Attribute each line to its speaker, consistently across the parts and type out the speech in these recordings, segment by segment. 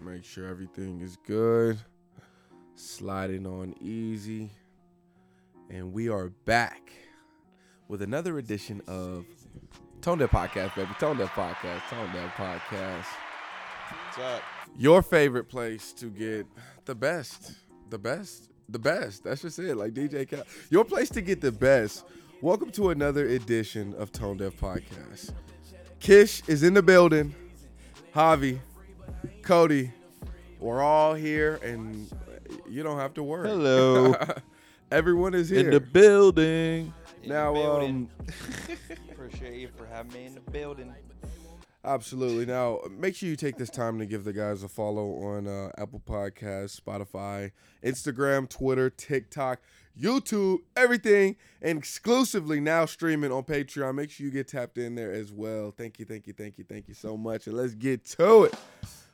Speaker 1: Make sure everything is good. Sliding on easy. And we are back with another edition of Tone Deaf Podcast, baby. Tone Deaf Podcast. Tone Deaf Podcast.
Speaker 2: What's up?
Speaker 1: Your favorite place to get the best. The best. The best. That's just it. Like DJ Cal. Your place to get the best. Welcome to another edition of Tone Deaf Podcast. Kish is in the building. Javi, Cody, we're all here, and you don't have to worry.
Speaker 3: Hello.
Speaker 1: Everyone is
Speaker 3: In
Speaker 1: here.
Speaker 3: the building.
Speaker 2: In the
Speaker 1: now, um,
Speaker 2: building. Appreciate you for having me in the building.
Speaker 1: Absolutely. Now, make sure you take this time to give the guys a follow on uh, Apple Podcasts, Spotify, Instagram, Twitter, TikTok, YouTube, everything, and exclusively now streaming on Patreon. Make sure you get tapped in there as well. Thank you, thank you, thank you, thank you so much. And let's get to it.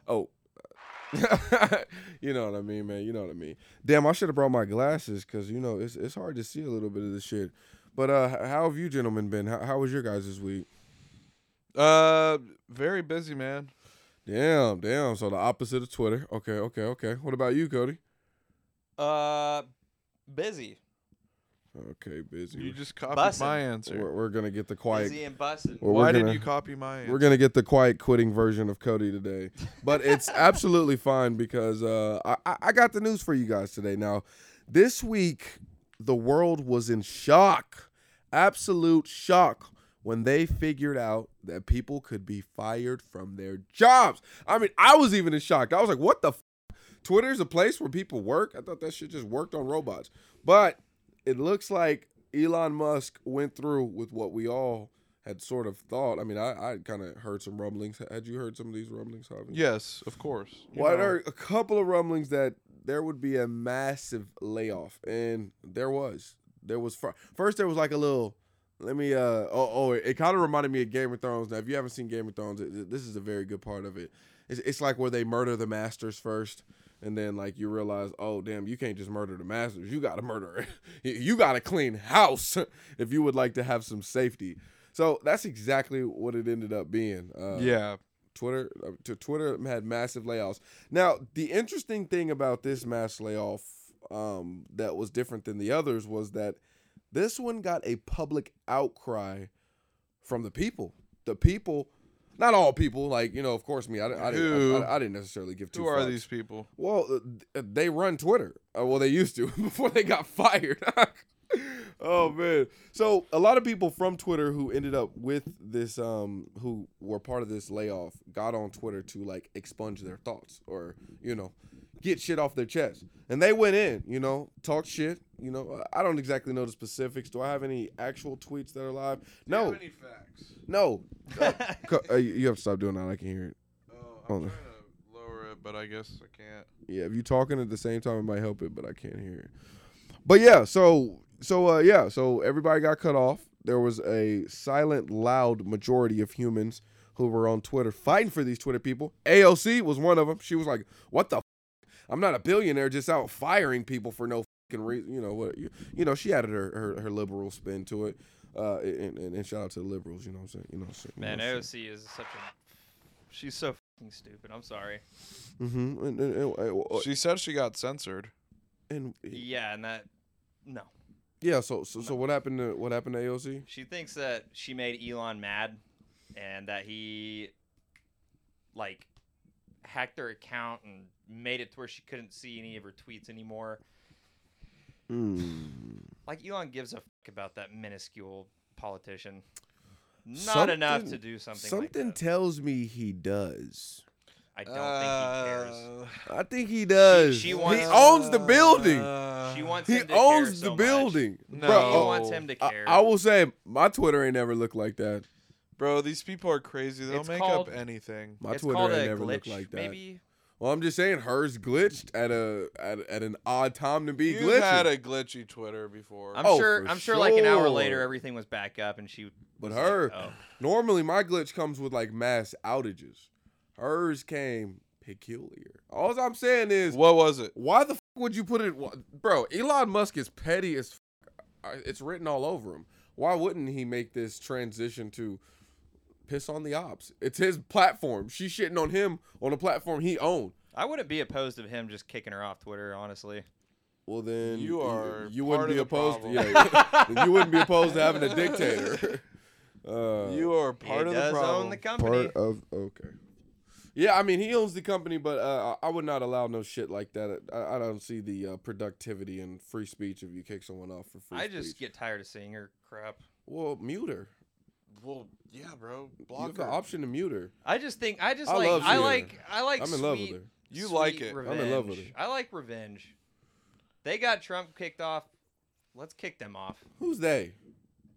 Speaker 1: Oh, you know what I mean, man. You know what I mean. Damn, I should have brought my glasses because, you know, it's, it's hard to see a little bit of this shit. But uh, h- how have you gentlemen been? How, how was your guys' this week?
Speaker 3: Uh, very busy, man.
Speaker 1: Damn, damn. So the opposite of Twitter. Okay, okay, okay. What about you, Cody?
Speaker 2: Uh, busy,
Speaker 1: Okay, busy.
Speaker 3: You just copied
Speaker 2: Bussin'.
Speaker 3: my answer.
Speaker 1: we're, we're gonna get the quiet.
Speaker 2: busy and busting.
Speaker 1: Well, we're
Speaker 3: Why
Speaker 1: gonna-
Speaker 3: did you copy my answer?
Speaker 1: We're gonna get the quiet quitting version of Cody today, but it's absolutely fine because uh, I- I I got the news for you guys today. Now, this week the world was in shock, absolute shock when they figured out that people could be fired from their jobs. I mean, I was even in shock. I was like, "What the." F-? Twitter's a place where people work. I thought that shit just worked on robots, but it looks like Elon Musk went through with what we all had sort of thought. I mean, I, I kind of heard some rumblings. Had you heard some of these rumblings, Javi?
Speaker 3: Yes, of course. You
Speaker 1: Well, I
Speaker 3: know.
Speaker 1: heard a couple of rumblings that there would be a massive layoff, and there was. There was fir- first there was like a little. Let me. Uh oh. oh it kind of reminded me of Game of Thrones. Now, if you haven't seen Game of Thrones, it, this is a very good part of it. It's, it's like where they murder the masters first, and then like you realize, oh damn, you can't just murder the masters. You got to murder. you- you got to clean house if you would like to have some safety. So that's exactly what it ended up being. Uh,
Speaker 3: yeah.
Speaker 1: Twitter uh, to Twitter had massive layoffs. Now, the interesting thing about this mass layoff um, that was different than the others was that this one got a public outcry from the people. The people, not all people, like you know, of course, me. I, I,
Speaker 3: Who-
Speaker 1: didn't, I, I didn't necessarily give two.
Speaker 3: Who are
Speaker 1: fucks.
Speaker 3: these people?
Speaker 1: Well, uh, th- they run Twitter. Uh, well, they used to before they got fired. oh man! So a lot of people from Twitter who ended up with this, um, who were part of this layoff, got on Twitter to like expunge their thoughts or you know get shit off their chest, and they went in, you know, talk shit. You know, I don't exactly know the specifics. Do I have any actual tweets that are live? No,
Speaker 3: facts?
Speaker 1: no. Co- uh, you you have to stop doing that. I can hear it.
Speaker 3: Uh, I'm
Speaker 1: Hold on.
Speaker 3: trying to lower it, but I guess I can't.
Speaker 1: Yeah, if you talking at the same time, it might help it, but I can't hear it. But yeah, so so uh, yeah, so everybody got cut off. There was a silent, loud majority of humans who were on Twitter fighting for these Twitter people. AOC was one of them. She was like, "What the? F-? I'm not a billionaire just out firing people for no fucking reason." You know what? You, you know she added her, her her liberal spin to it. Uh, and, and, and shout out to the liberals. You know what I'm saying? You know what I'm saying?
Speaker 4: Man,
Speaker 1: you know
Speaker 4: AOC is such a. She's so fucking stupid. I'm sorry.
Speaker 1: Mm-hmm. And, and, and, and-
Speaker 3: She said she got censored.
Speaker 1: and-
Speaker 4: Yeah, and that. No.
Speaker 1: yeah. So so so what happened to what happened to AOC?
Speaker 4: She thinks that she made Elon mad and that he, like, hacked her account and made it to where she couldn't see any of her tweets anymore.
Speaker 1: Mm.
Speaker 4: Like, Elon gives a fuck about that minuscule politician. Not enough to
Speaker 1: Something-
Speaker 4: do something.
Speaker 1: Something
Speaker 4: like that.
Speaker 1: tells me he does.
Speaker 4: I don't think
Speaker 2: Uh,
Speaker 4: he cares.
Speaker 3: Uh,
Speaker 1: I think he does.
Speaker 4: She- she wants-
Speaker 1: he owns the building.
Speaker 3: uh,
Speaker 4: She wants
Speaker 1: he
Speaker 4: him to care
Speaker 1: owns
Speaker 4: so
Speaker 1: the
Speaker 4: much.
Speaker 1: building.
Speaker 3: No.
Speaker 1: Bro,
Speaker 4: She
Speaker 1: oh,
Speaker 4: wants him to
Speaker 1: I,
Speaker 4: care.
Speaker 1: I will say my Twitter ain't never looked like that.
Speaker 3: Bro, these people are crazy. They'll
Speaker 4: It's
Speaker 3: make
Speaker 4: called-
Speaker 3: up anything.
Speaker 1: My
Speaker 4: it's called
Speaker 1: Twitter
Speaker 4: a
Speaker 1: ain't never
Speaker 4: glitch,
Speaker 1: looked like that.
Speaker 4: maybe.
Speaker 1: Well, I'm just saying hers glitched at a at, at an odd time to be
Speaker 3: You've
Speaker 1: glitchy.
Speaker 3: had a glitchy Twitter before.
Speaker 4: I'm
Speaker 1: Oh,
Speaker 4: sure.
Speaker 1: for
Speaker 4: I'm sure. Like an hour
Speaker 1: sure.
Speaker 4: later, everything was back up, and she.
Speaker 1: But
Speaker 4: was
Speaker 1: her-
Speaker 4: Like, oh.
Speaker 1: Normally my glitch comes with like mass outages. Hers came peculiar. All I'm saying is
Speaker 3: what was it?
Speaker 1: Why the f- would you put it, wh- bro? Elon Musk is petty as. F- uh, it's written all over him. Why wouldn't he make this transition to piss on the ops? It's his platform. She's shitting on him on a platform he owned.
Speaker 4: I wouldn't be opposed to him just kicking her off Twitter, honestly.
Speaker 1: Well, then
Speaker 3: You are
Speaker 1: you wouldn't
Speaker 3: part
Speaker 1: be
Speaker 3: of the
Speaker 1: opposed. To,
Speaker 3: problem.
Speaker 1: yeah, then you wouldn't be opposed to having a dictator. Uh,
Speaker 3: you are part of
Speaker 4: he does
Speaker 3: the problem.
Speaker 4: own the company.
Speaker 1: part of okay. Yeah, I mean he owns the company, but uh, I I would not allow no shit like that. I, I don't see the uh, productivity and free speech if you kick someone off for free.
Speaker 4: I just
Speaker 1: speech.
Speaker 4: get tired of seeing her crap.
Speaker 1: well mute her.
Speaker 3: well, yeah, bro.
Speaker 1: You
Speaker 3: Block
Speaker 1: have the
Speaker 3: her.
Speaker 1: option to mute her.
Speaker 4: I just think I just
Speaker 1: I
Speaker 4: like
Speaker 1: love
Speaker 4: I
Speaker 1: Sierra.
Speaker 4: like I like
Speaker 1: I'm in
Speaker 4: sweet,
Speaker 1: love with her.
Speaker 3: You like
Speaker 4: sweet
Speaker 3: it.
Speaker 1: I'm in love with
Speaker 4: revenge. I like revenge. They got Trump kicked off. Let's kick them off.
Speaker 1: Who's they?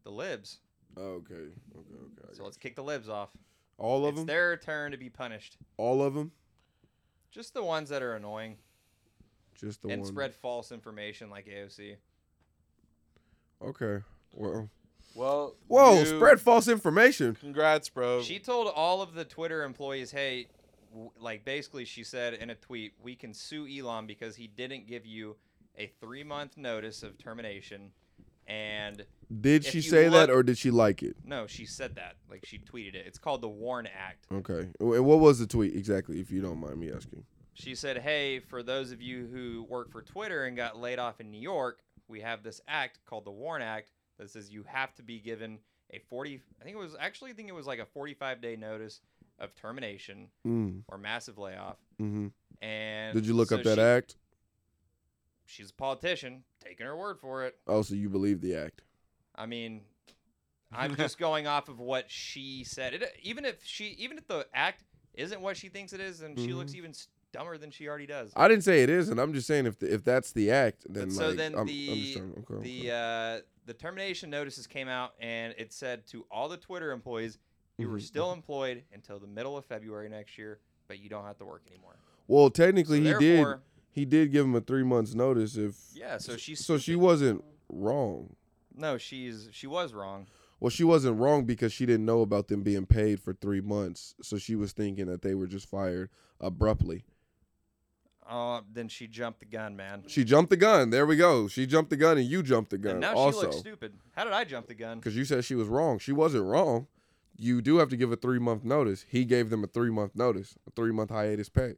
Speaker 4: The libs.
Speaker 1: Oh, okay, okay, okay. I
Speaker 4: So
Speaker 1: got
Speaker 4: let's kick the libs off.
Speaker 1: you. all of
Speaker 4: it's
Speaker 1: them.
Speaker 4: their turn to be punished.
Speaker 1: All of them.
Speaker 4: Just the ones that are annoying
Speaker 1: Just the
Speaker 4: and
Speaker 1: one.
Speaker 4: spread false information like AOC.
Speaker 1: Okay. Well.
Speaker 3: Well,
Speaker 1: Whoa!
Speaker 3: you-
Speaker 1: Spread false information.
Speaker 3: Congrats, bro.
Speaker 4: She told all of the Twitter employees, "Hey, w- like basically she said in a tweet, we can sue Elon because he didn't give you a 3-month notice of termination." And
Speaker 1: Did
Speaker 4: If
Speaker 1: she
Speaker 4: you
Speaker 1: say that
Speaker 4: look-
Speaker 1: or did she like it?
Speaker 4: no, she said that. Like she tweeted it. It's called the Warren Act.
Speaker 1: Okay. And what was the tweet exactly, if you don't mind me asking?
Speaker 4: She said, "Hey, for those of you who work for Twitter and got laid off in New York, we have this act called the Warren Act that says you have to be given a 40 I think it was actually I think it was like a 45-day notice of termination
Speaker 1: Mm,
Speaker 4: or massive layoff."
Speaker 1: hmm
Speaker 4: And
Speaker 1: Did you look
Speaker 4: so
Speaker 1: up that
Speaker 4: she-
Speaker 1: act?
Speaker 4: She's a politician, taking her word for it.
Speaker 1: Oh, so you believe the act?
Speaker 4: I mean, I'm just going off of what she said. It, even if she, even if the act isn't what she thinks it is, then she looks even s- dumber than she already does.
Speaker 1: Mm-hmm. I didn't say it isn't. I'm just saying if the, if that's the act, then
Speaker 4: But so
Speaker 1: like,
Speaker 4: then
Speaker 1: I'm, I'm just
Speaker 4: the
Speaker 1: trying, okay, okay.
Speaker 4: the uh, the termination notices came out, and it said to all the Twitter employees, "You were
Speaker 1: Mhm,
Speaker 4: still employed until the middle of February next year, but you don't have to work anymore."
Speaker 1: well, technically
Speaker 4: so
Speaker 1: he did.
Speaker 4: therefore-
Speaker 1: He did give him a three months notice. If
Speaker 4: Yeah, so she's
Speaker 1: so she
Speaker 4: stupid.
Speaker 1: wasn't wrong.
Speaker 4: no, she's she was wrong.
Speaker 1: Well, she wasn't wrong because she didn't know about them being paid for three months. So she was thinking that they were just fired abruptly.
Speaker 4: Uh, then she jumped the gun, man.
Speaker 1: She jumped the gun. There we go. She jumped the gun, and you jumped the gun.
Speaker 4: And now
Speaker 1: also,
Speaker 4: she looks stupid. How did I jump the gun?
Speaker 1: because you said she was wrong. She wasn't wrong. You do have to give a three month notice. He gave them a three month notice, a three month hiatus pay.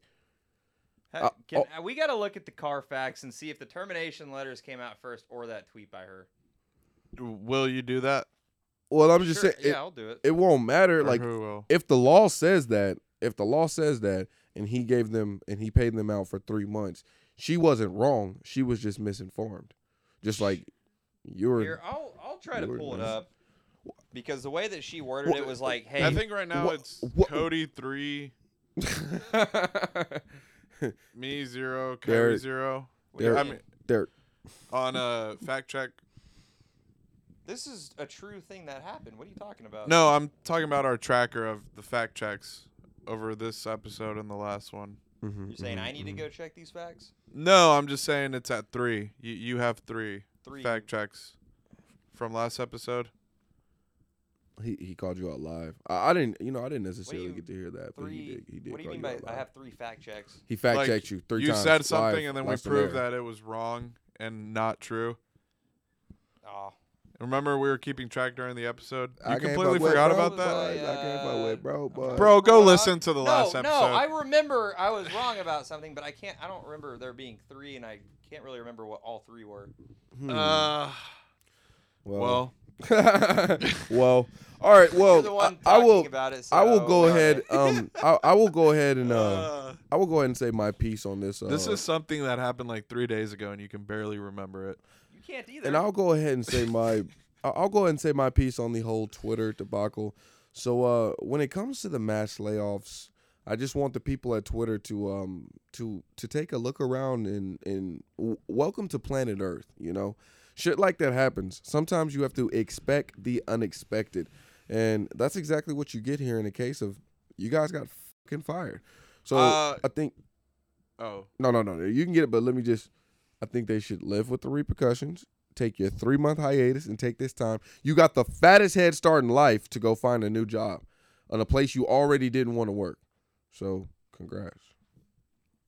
Speaker 4: How,
Speaker 1: Uh,
Speaker 4: can, uh, we got to look at the Carfax and see if the termination letters came out first or that tweet by her.
Speaker 3: Will you do that?
Speaker 1: Well, I'm just
Speaker 4: Sure,
Speaker 1: saying
Speaker 4: yeah, I'll do it.
Speaker 1: it, it won't matter.
Speaker 3: Or
Speaker 1: Like
Speaker 3: who will?
Speaker 1: if the law says that, if the law says that, and he gave them and he paid them out for three months, she wasn't wrong. She was just misinformed, just like you were.
Speaker 4: Here, I'll I'll try to
Speaker 1: Lord
Speaker 4: pull it
Speaker 1: knows.
Speaker 4: up because the way that she worded it was like, "Hey,
Speaker 3: I think right now
Speaker 1: wha-
Speaker 3: it's
Speaker 1: wha-
Speaker 3: Cody three, me zero, Cody
Speaker 1: Derek.
Speaker 3: zero.
Speaker 4: what do you
Speaker 1: there-
Speaker 3: I
Speaker 4: mean?
Speaker 3: mean,
Speaker 1: Dirt.
Speaker 3: on a fact check.
Speaker 4: this is a true thing that happened. What are you talking about?"
Speaker 3: No, I'm talking about our tracker of the fact checks over this episode and the last one.
Speaker 1: Mhm,
Speaker 4: you're saying
Speaker 1: mhm,
Speaker 4: I need to
Speaker 1: mhm.
Speaker 4: go check these facts.
Speaker 3: No, I'm just saying it's at three. You you have three,
Speaker 4: Three.
Speaker 3: fact checks from last episode.
Speaker 1: mm-hmm. He, he called you out live. I, I didn't. You know, I didn't
Speaker 4: do
Speaker 1: necessarily
Speaker 4: you-
Speaker 1: get to hear that, but
Speaker 4: Three.
Speaker 1: he did. He did.
Speaker 4: what do you
Speaker 1: call
Speaker 4: mean
Speaker 1: out
Speaker 4: by I
Speaker 1: live.
Speaker 4: have three fact checks?
Speaker 1: He fact
Speaker 3: Like,
Speaker 1: checked you three
Speaker 3: you
Speaker 1: times.
Speaker 3: said something
Speaker 1: live,
Speaker 3: and then we
Speaker 1: last on
Speaker 3: proved
Speaker 1: air.
Speaker 3: that it was wrong and not true.
Speaker 4: Oh,
Speaker 3: Remember we were keeping track during the episode. You
Speaker 1: I can't fuck
Speaker 3: completely
Speaker 1: with
Speaker 3: forgot
Speaker 1: bro
Speaker 3: about that.
Speaker 1: boys. I can't fuck with bro, boys.
Speaker 3: Bro, go
Speaker 4: Hold on.
Speaker 3: listen to the
Speaker 4: no,
Speaker 3: last episode.
Speaker 4: no, I remember I was wrong about something, but I can't. I don't remember there being three, and I can't really remember what all three were.
Speaker 1: Hmm.
Speaker 3: Uh, well,
Speaker 1: well, all right.
Speaker 4: You're
Speaker 1: Well, I,
Speaker 4: the one
Speaker 1: I
Speaker 4: talking
Speaker 1: will.
Speaker 4: About it,
Speaker 1: I will
Speaker 4: so-
Speaker 1: go
Speaker 4: All
Speaker 1: ahead.
Speaker 4: right.
Speaker 1: Um, I, I will go ahead and uh,
Speaker 3: uh,
Speaker 1: I will go ahead and say my piece on this. Uh,
Speaker 3: this is something that happened like three days ago, and you can barely remember it.
Speaker 4: You can't either.
Speaker 1: and I'll go ahead and say my I- I'll go ahead and say my piece on the whole Twitter debacle. So uh, when it comes to the mass layoffs, I just want the people at Twitter to um to to take a look around and and w- welcome to planet Earth. You know, shit like that happens. Sometimes you have to expect the unexpected, and that's exactly what you get here in the case of you guys got fucking fired. So
Speaker 3: Uh,
Speaker 1: I think
Speaker 3: Oh,
Speaker 1: no, no, no, no. You can get it, but let me just. I think they should live with the repercussions. Take your three month hiatus and take this time. You got the fattest head start in life to go find a new job on a place you already didn't want to work. So, congrats.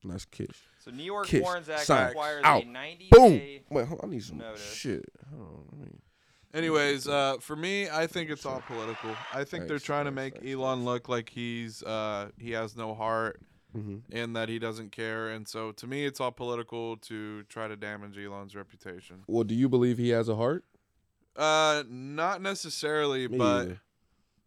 Speaker 1: Nice kiss.
Speaker 4: So New York
Speaker 1: Kiss,
Speaker 4: Warrens Act
Speaker 1: sign,
Speaker 4: requires
Speaker 1: out,
Speaker 4: a 90
Speaker 1: Boom.
Speaker 4: day.
Speaker 1: Wait, hold on, I need some
Speaker 4: Notice.
Speaker 1: shit. Hold on, let me-
Speaker 3: anyways, uh, for me, I think it's all political. I think they're
Speaker 1: Thanks,
Speaker 3: trying to
Speaker 1: thanks,
Speaker 3: make
Speaker 1: thanks,
Speaker 3: Elon
Speaker 1: thanks.
Speaker 3: look like he's uh, he has no heart.
Speaker 1: Mhm.
Speaker 3: and that he doesn't care. And so to me, it's all political to try to damage Elon's reputation.
Speaker 1: Well, do you believe he has a heart?
Speaker 3: Uh, not necessarily, but
Speaker 1: either.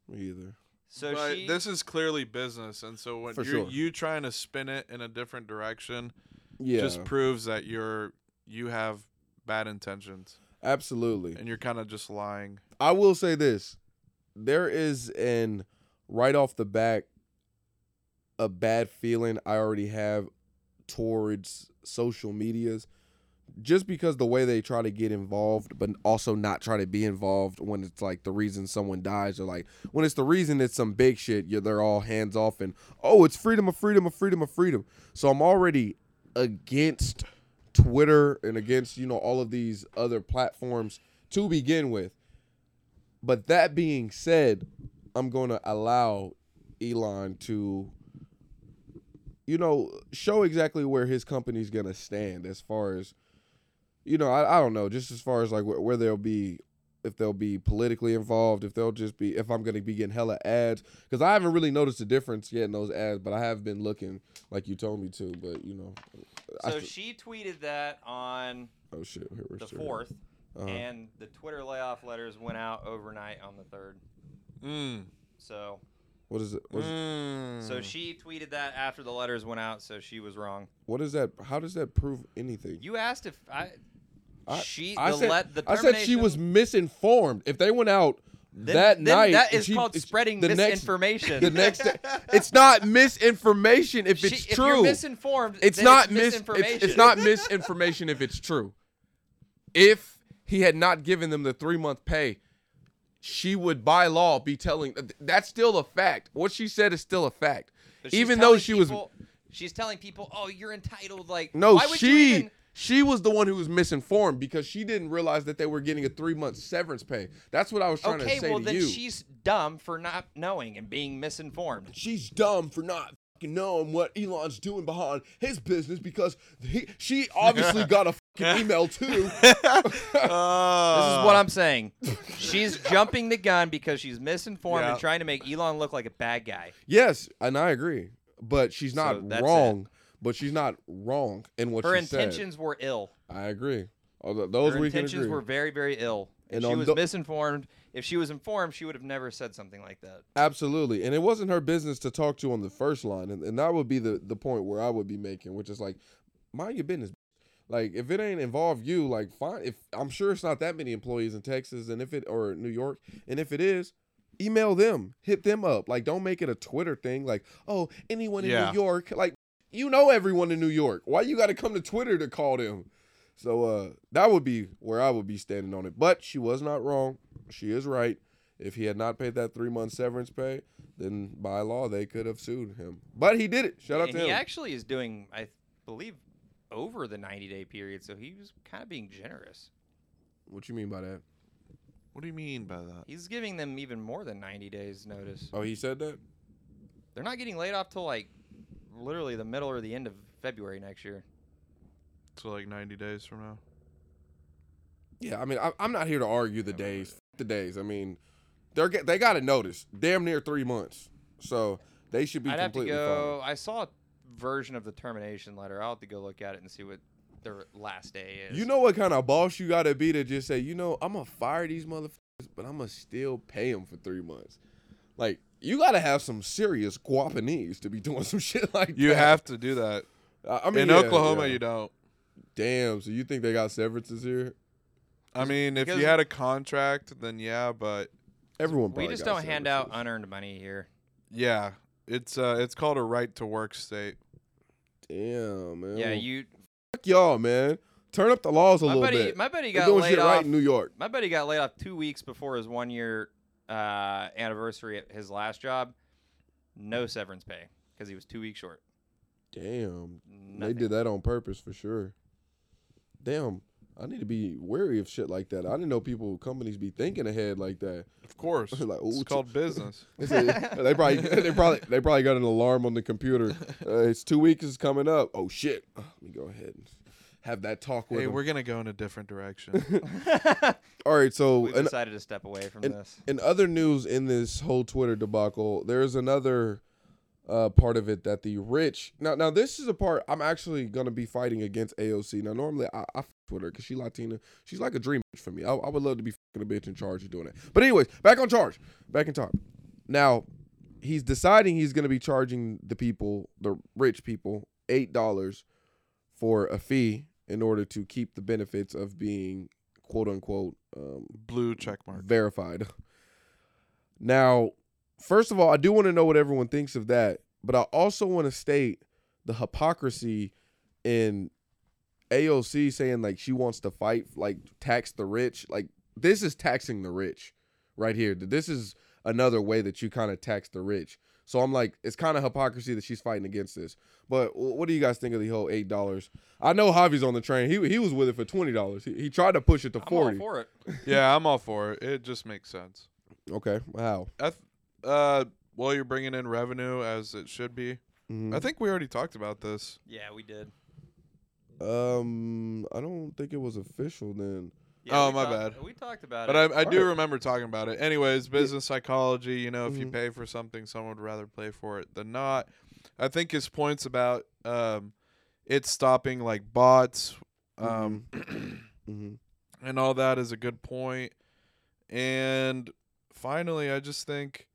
Speaker 1: Me either.
Speaker 4: So
Speaker 3: but
Speaker 4: she
Speaker 3: this is clearly business, and so when
Speaker 1: For
Speaker 3: you're,
Speaker 1: sure.
Speaker 3: you trying to spin it in a different direction
Speaker 1: Yeah,
Speaker 3: just proves that you're you have bad intentions
Speaker 1: absolutely.
Speaker 3: and you're kind of just lying.
Speaker 1: I will say this: there is an right off the back a bad feeling I already have towards social medias, just because the way they try to get involved, but also not try to be involved when it's like the reason someone dies, or like when it's the reason it's some big shit. You're, they're all hands off and oh, it's freedom of freedom of freedom of freedom. So I'm already against Twitter and against you know all of these other platforms to begin with. But that being said, I'm going to allow Elon to, you know, show exactly where his company's going to stand as far as, you know, I, I don't know, just as far as like where, where they'll be, if they'll be politically involved, if they'll just be, if I'm going to be getting hella ads. Because I haven't really noticed a difference yet in those ads, but I have been looking like you told me to, but, you know. I
Speaker 4: so
Speaker 1: th-
Speaker 4: she tweeted that on
Speaker 1: oh, shit. Here we're
Speaker 4: the
Speaker 1: serious.
Speaker 4: 4th
Speaker 1: Uh-huh.
Speaker 4: and the Twitter layoff letters went out overnight on the 3rd.
Speaker 3: Mm.
Speaker 4: So
Speaker 1: What is it? What is, Hmm.
Speaker 3: Mm.
Speaker 4: so she tweeted that after the letters went out so she was wrong.
Speaker 1: what is that? How does that prove anything?
Speaker 4: You asked if I,
Speaker 1: I-
Speaker 4: she
Speaker 1: I
Speaker 4: the
Speaker 1: said,
Speaker 4: let the
Speaker 1: I said she was
Speaker 4: termination-
Speaker 1: misinformed. If they went out
Speaker 4: then-
Speaker 1: that
Speaker 4: then
Speaker 1: night,
Speaker 4: That
Speaker 1: and
Speaker 4: is
Speaker 1: she-
Speaker 4: called
Speaker 1: it's-
Speaker 4: spreading
Speaker 1: the next-
Speaker 4: misinformation.
Speaker 1: the next day, it's not misinformation if
Speaker 4: She-
Speaker 1: it's
Speaker 4: if
Speaker 1: true.
Speaker 4: you're misinformed,
Speaker 1: it's
Speaker 4: then
Speaker 1: not mis- it's-
Speaker 4: misinformation.
Speaker 1: it's not misinformation if it's true. If he had not given them the three month pay, she would by law be telling. That's still a fact. What she said is still a fact,
Speaker 4: But she's
Speaker 1: even though
Speaker 4: telling
Speaker 1: she was
Speaker 4: people- she's telling people, "Oh, you're entitled." Like,
Speaker 1: No,
Speaker 4: why would
Speaker 1: she
Speaker 4: You even,
Speaker 1: she was the one who was misinformed because she didn't realize that they were getting a three month severance pay. That's what I was trying
Speaker 4: okay,
Speaker 1: to say
Speaker 4: well
Speaker 1: to
Speaker 4: then
Speaker 1: you.
Speaker 4: she's dumb for not knowing and being misinformed.
Speaker 1: she's dumb for not fucking knowing what Elon's doing behind his business because he, she obviously got a fucking email too.
Speaker 4: This
Speaker 1: Uh,
Speaker 4: is what I'm saying. She's jumping the gun because she's misinformed and
Speaker 3: Yeah.
Speaker 4: trying to make Elon look like a bad guy.
Speaker 1: Yes, and I agree, but she's not
Speaker 4: So that's
Speaker 1: wrong. But she's not wrong in what
Speaker 4: Her
Speaker 1: she said.
Speaker 4: intentions were ill.
Speaker 1: I agree. Although those
Speaker 4: Her
Speaker 1: we can
Speaker 4: intentions
Speaker 1: agree.
Speaker 4: were very, very ill.
Speaker 1: And
Speaker 4: And she
Speaker 1: on
Speaker 4: was
Speaker 1: tho-
Speaker 4: misinformed. If she was informed, she would have never said something like that.
Speaker 1: Absolutely. And it wasn't her business to talk to on the first line. And, and that would be the, the point where I would be making, which is like, mind your business. Like, if it ain't involve you, like, fine. If I'm sure it's not that many employees in Texas and if it, or New York. And if it is, email them, hit them up. Like, don't make it a Twitter thing. Like, oh, anyone in
Speaker 3: Yeah.
Speaker 1: New York. Like, you know everyone in New York. Why you got to come to Twitter to call them? So uh that would be where I would be standing on it. But she was not wrong. She is right. If he had not paid that three month severance pay, then by law they could have sued him. But he did it. Shout out
Speaker 4: and
Speaker 1: to
Speaker 4: he
Speaker 1: him.
Speaker 4: actually is doing, I believe, over the 90 day period. So he was kind of being generous.
Speaker 1: What you mean by that?
Speaker 3: What do you mean by that?
Speaker 4: He's giving them even more than 90 days notice.
Speaker 1: Oh, he said that?
Speaker 4: They're not getting laid off till like literally the middle or the end of February next year.
Speaker 3: So like 90 days from now.
Speaker 1: Yeah, I mean, I, I'm not here to argue the days. F- The days. I mean, they're get, they got to notice. Damn near three months. So they should be
Speaker 4: I'd have to
Speaker 1: completely
Speaker 4: go. I saw a version of the termination letter. I'll have to go look at it and see what their last day
Speaker 1: fine.
Speaker 4: is.
Speaker 1: You know what kind of boss you got to be to just say, you know, I'm gonna fire these motherfuckers, but I'm gonna still pay them for three months. Like you got to have some serious guapanese to be doing some shit like
Speaker 3: You
Speaker 1: that.
Speaker 3: have to do that.
Speaker 1: I I mean,
Speaker 3: in
Speaker 1: yeah,
Speaker 3: Oklahoma,
Speaker 1: yeah.
Speaker 3: you don't.
Speaker 1: Damn. So you think they got severances here?
Speaker 3: I mean, if
Speaker 4: because-
Speaker 3: you had a contract, then yeah, but
Speaker 1: Everyone.
Speaker 4: we
Speaker 1: probably
Speaker 4: just
Speaker 1: got
Speaker 4: don't hand out
Speaker 1: severances.
Speaker 4: unearned money here.
Speaker 3: yeah, it's uh, it's called a right to work state.
Speaker 1: Damn, man.
Speaker 4: Yeah,
Speaker 1: Well,
Speaker 4: you.
Speaker 1: Fuck y'all, man. Turn up the laws a
Speaker 4: My
Speaker 1: little
Speaker 4: buddy,
Speaker 1: bit.
Speaker 4: my buddy
Speaker 1: They're
Speaker 4: got
Speaker 1: doing
Speaker 4: laid
Speaker 1: shit
Speaker 4: off.
Speaker 1: right in New York.
Speaker 4: My buddy got laid off two weeks before his one year uh, anniversary at his last job. No severance pay because he was two weeks short.
Speaker 1: Damn.
Speaker 4: Nothing.
Speaker 1: They did that on purpose for sure. Damn. I need to be wary of shit like that. I didn't know people, companies, be thinking ahead like that.
Speaker 3: Of course,
Speaker 1: Like, ooh,
Speaker 3: it's
Speaker 1: t-
Speaker 3: called business.
Speaker 1: They said- they probably, they probably, they probably got an alarm on the computer. Uh, it's two weeks is coming up. Oh shit! Uh, let me go ahead and have that talk with
Speaker 3: Hey,
Speaker 1: them.
Speaker 3: we're gonna go in a different direction.
Speaker 1: All right, so
Speaker 4: We
Speaker 1: an-
Speaker 4: decided to step away from this.
Speaker 1: In other news in this whole Twitter debacle, there's another uh, part of it that the rich now now this is a part I'm actually gonna be fighting against AOC. Now normally I, I f- with her because she Latina. She's like a dream bitch for me. I, I would love to be fucking a bitch in charge of doing it. But anyways, back on charge, back in time. Now he's deciding he's gonna be charging the people, the rich people, eight dollars for a fee in order to keep the benefits of being quote unquote um,
Speaker 3: Blue check mark.
Speaker 1: verified. Now, first of all, I do want to know what everyone thinks of that, but I also want to state the hypocrisy in AOC saying like she wants to fight like tax the rich. Like this is taxing the rich right here. This is another way that you kind of tax the rich. So I'm like, it's kind of hypocrisy that she's fighting against this. But wh- what do you guys think of the whole eight dollars? I know Javi's on the train. He he was with it for twenty dollars. He, he tried to push it to
Speaker 4: I'm all
Speaker 1: forty.
Speaker 4: for it.
Speaker 3: yeah, I'm all for it. It just makes sense.
Speaker 1: Okay, wow.
Speaker 3: I th- uh, well, you're bringing in revenue as it should be.
Speaker 1: Mhm.
Speaker 3: I think we already talked about this.
Speaker 4: Yeah, we did.
Speaker 1: Um, I don't think it was official then.
Speaker 4: Yeah,
Speaker 3: Oh,
Speaker 4: we
Speaker 3: my
Speaker 4: talked-
Speaker 3: bad.
Speaker 4: We talked about
Speaker 3: But
Speaker 4: it.
Speaker 3: I, I do
Speaker 1: Alright.
Speaker 3: remember talking about it. Anyways, business psychology, you know, if you
Speaker 1: Mhm.
Speaker 3: pay for something, someone would rather pay for it than not. I think his points about um, it stopping like bots um,
Speaker 1: Mm-hmm.
Speaker 3: and all that is a good point. And finally, I just think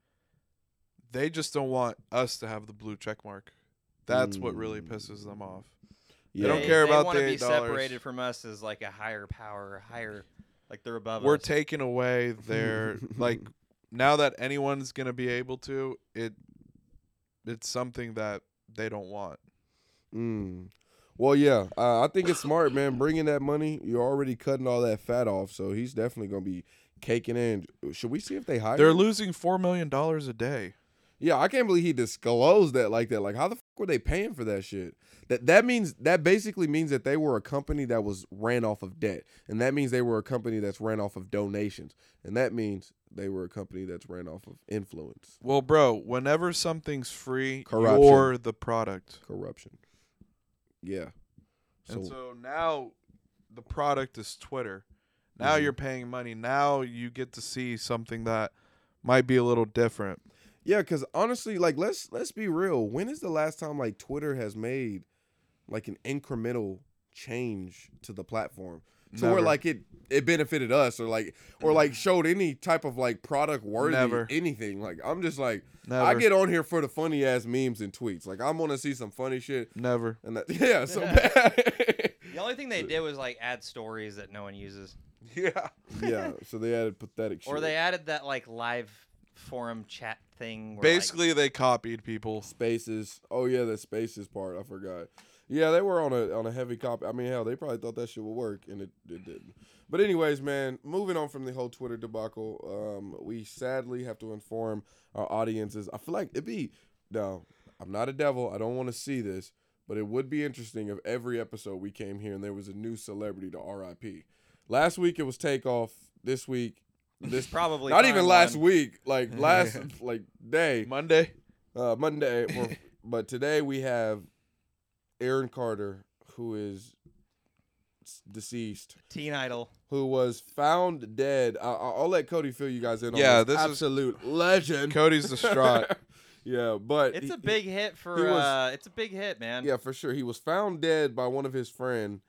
Speaker 3: they just don't want us to have the blue check mark. That's what really
Speaker 1: Mm.
Speaker 3: pisses them off.
Speaker 1: Yeah.
Speaker 3: don't care about
Speaker 4: wanna
Speaker 3: the
Speaker 4: be
Speaker 3: $8.
Speaker 4: separated from us as like a higher power, higher, like they're above
Speaker 3: We're
Speaker 4: us.
Speaker 3: taking away their like now that anyone's gonna be able to it. It's something that they don't want.
Speaker 1: Mm. Well, yeah, uh, I think it's smart, man. Bringing that money, you're already cutting all that fat off, so he's definitely gonna be caking in. Should we see if they hire?
Speaker 3: They're
Speaker 1: him?
Speaker 3: losing four million dollars a day.
Speaker 1: yeah, I can't believe he disclosed that like that. Like, how the fuck were they paying for that shit? That that means that basically means that they were a company that was ran off of debt, and that means they were a company that's ran off of donations, and that means they were a company that's ran off of influence,
Speaker 3: Well, bro, whenever something's free,
Speaker 1: Corruption.
Speaker 3: you're the product.
Speaker 1: corruption. Yeah.
Speaker 3: and so now the product is Twitter. Now
Speaker 1: Mhm.
Speaker 3: you're paying money. Now you get to see something that might be a little different.
Speaker 1: Yeah, because honestly, like let's let's be real. When is the last time like Twitter has made like an incremental change to the platform? To where
Speaker 3: Never. Mm.
Speaker 1: like it it benefited us or like or like showed any type of like product worthy
Speaker 3: Never.
Speaker 1: anything. Like I'm just like
Speaker 3: never,
Speaker 1: I get on here for the funny ass memes and tweets. Like I'm gonna see some funny shit
Speaker 3: never.
Speaker 1: and that yeah, so bad.
Speaker 4: the only thing they did was like add stories that no one uses,
Speaker 3: Yeah.
Speaker 1: yeah, so they added pathetic shit.
Speaker 4: or they added that like live forum chat thing. Where,
Speaker 3: Basically, they copied people.
Speaker 1: Spaces. Oh yeah, the spaces part. I forgot. Yeah, they were on a on a heavy copy. I mean, hell, they probably thought that shit would work, and it, it didn't. But anyways, man, moving on from the whole Twitter debacle, um, we sadly have to inform our audiences. I feel like it'd be no, I'm not a devil. I don't want to see this, but it would be interesting if every episode we came here and there was a new celebrity to RIP. Last week it was Takeoff. This week, this
Speaker 4: like, probably
Speaker 1: not even
Speaker 4: Timeline.
Speaker 1: last week, like last like day
Speaker 3: Monday.
Speaker 1: uh, Monday. Or, but today we have Aaron Carter, who is s- deceased,
Speaker 4: Teen Idol.
Speaker 1: who was found dead. I, I- I'll let Cody fill you guys in on
Speaker 3: Yeah,
Speaker 1: this,
Speaker 3: this is-
Speaker 1: absolute legend.
Speaker 3: Cody's distraught.
Speaker 1: yeah, but
Speaker 4: It's
Speaker 1: he-
Speaker 4: a big hit for.
Speaker 1: he was-
Speaker 4: uh, it's a big hit, man.
Speaker 1: Yeah, for sure. He was found dead by one of his friend.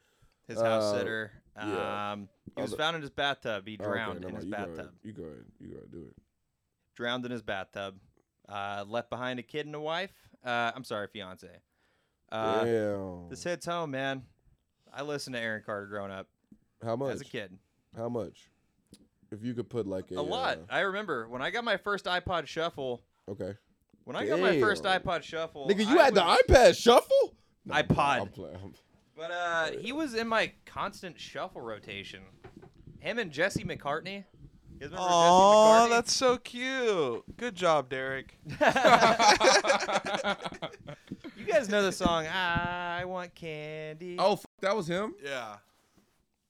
Speaker 4: His house
Speaker 1: uh,
Speaker 4: sitter.
Speaker 1: yeah.
Speaker 4: Um, he
Speaker 1: Oh,
Speaker 4: was
Speaker 1: the-
Speaker 4: found in his bathtub. He
Speaker 1: Oh, okay,
Speaker 4: drowned
Speaker 1: never
Speaker 4: in his
Speaker 1: mind. You go ahead.
Speaker 4: bathtub.
Speaker 1: You go ahead. You go ahead. Do it.
Speaker 4: drowned in his bathtub, uh, left behind a kid and a wife. Uh, I'm sorry, fiance. Uh,
Speaker 1: Damn.
Speaker 4: This hits home, man. I listened to Aaron Carter growing up
Speaker 1: How
Speaker 4: as a
Speaker 1: much?
Speaker 4: kid.
Speaker 1: How much? If you could put like a,
Speaker 4: A lot.
Speaker 1: uh,
Speaker 4: I remember when I got my first iPod Shuffle.
Speaker 1: okay.
Speaker 4: When I got my first
Speaker 1: Damn.
Speaker 4: iPod Shuffle,
Speaker 1: Nigga, you
Speaker 4: I
Speaker 1: had
Speaker 4: was-
Speaker 1: the iPad shuffle. No, I'm playing,
Speaker 4: iPod.
Speaker 1: I'm playing. I'm-
Speaker 4: But uh, he was in my constant shuffle rotation. Him and Jesse McCartney. You guys remember
Speaker 3: Aw,
Speaker 4: Jesse McCartney?
Speaker 3: that's so cute. Good job, Derek.
Speaker 4: you guys know the song "I Want Candy."
Speaker 1: Oh, fuck, that was him.
Speaker 3: Yeah.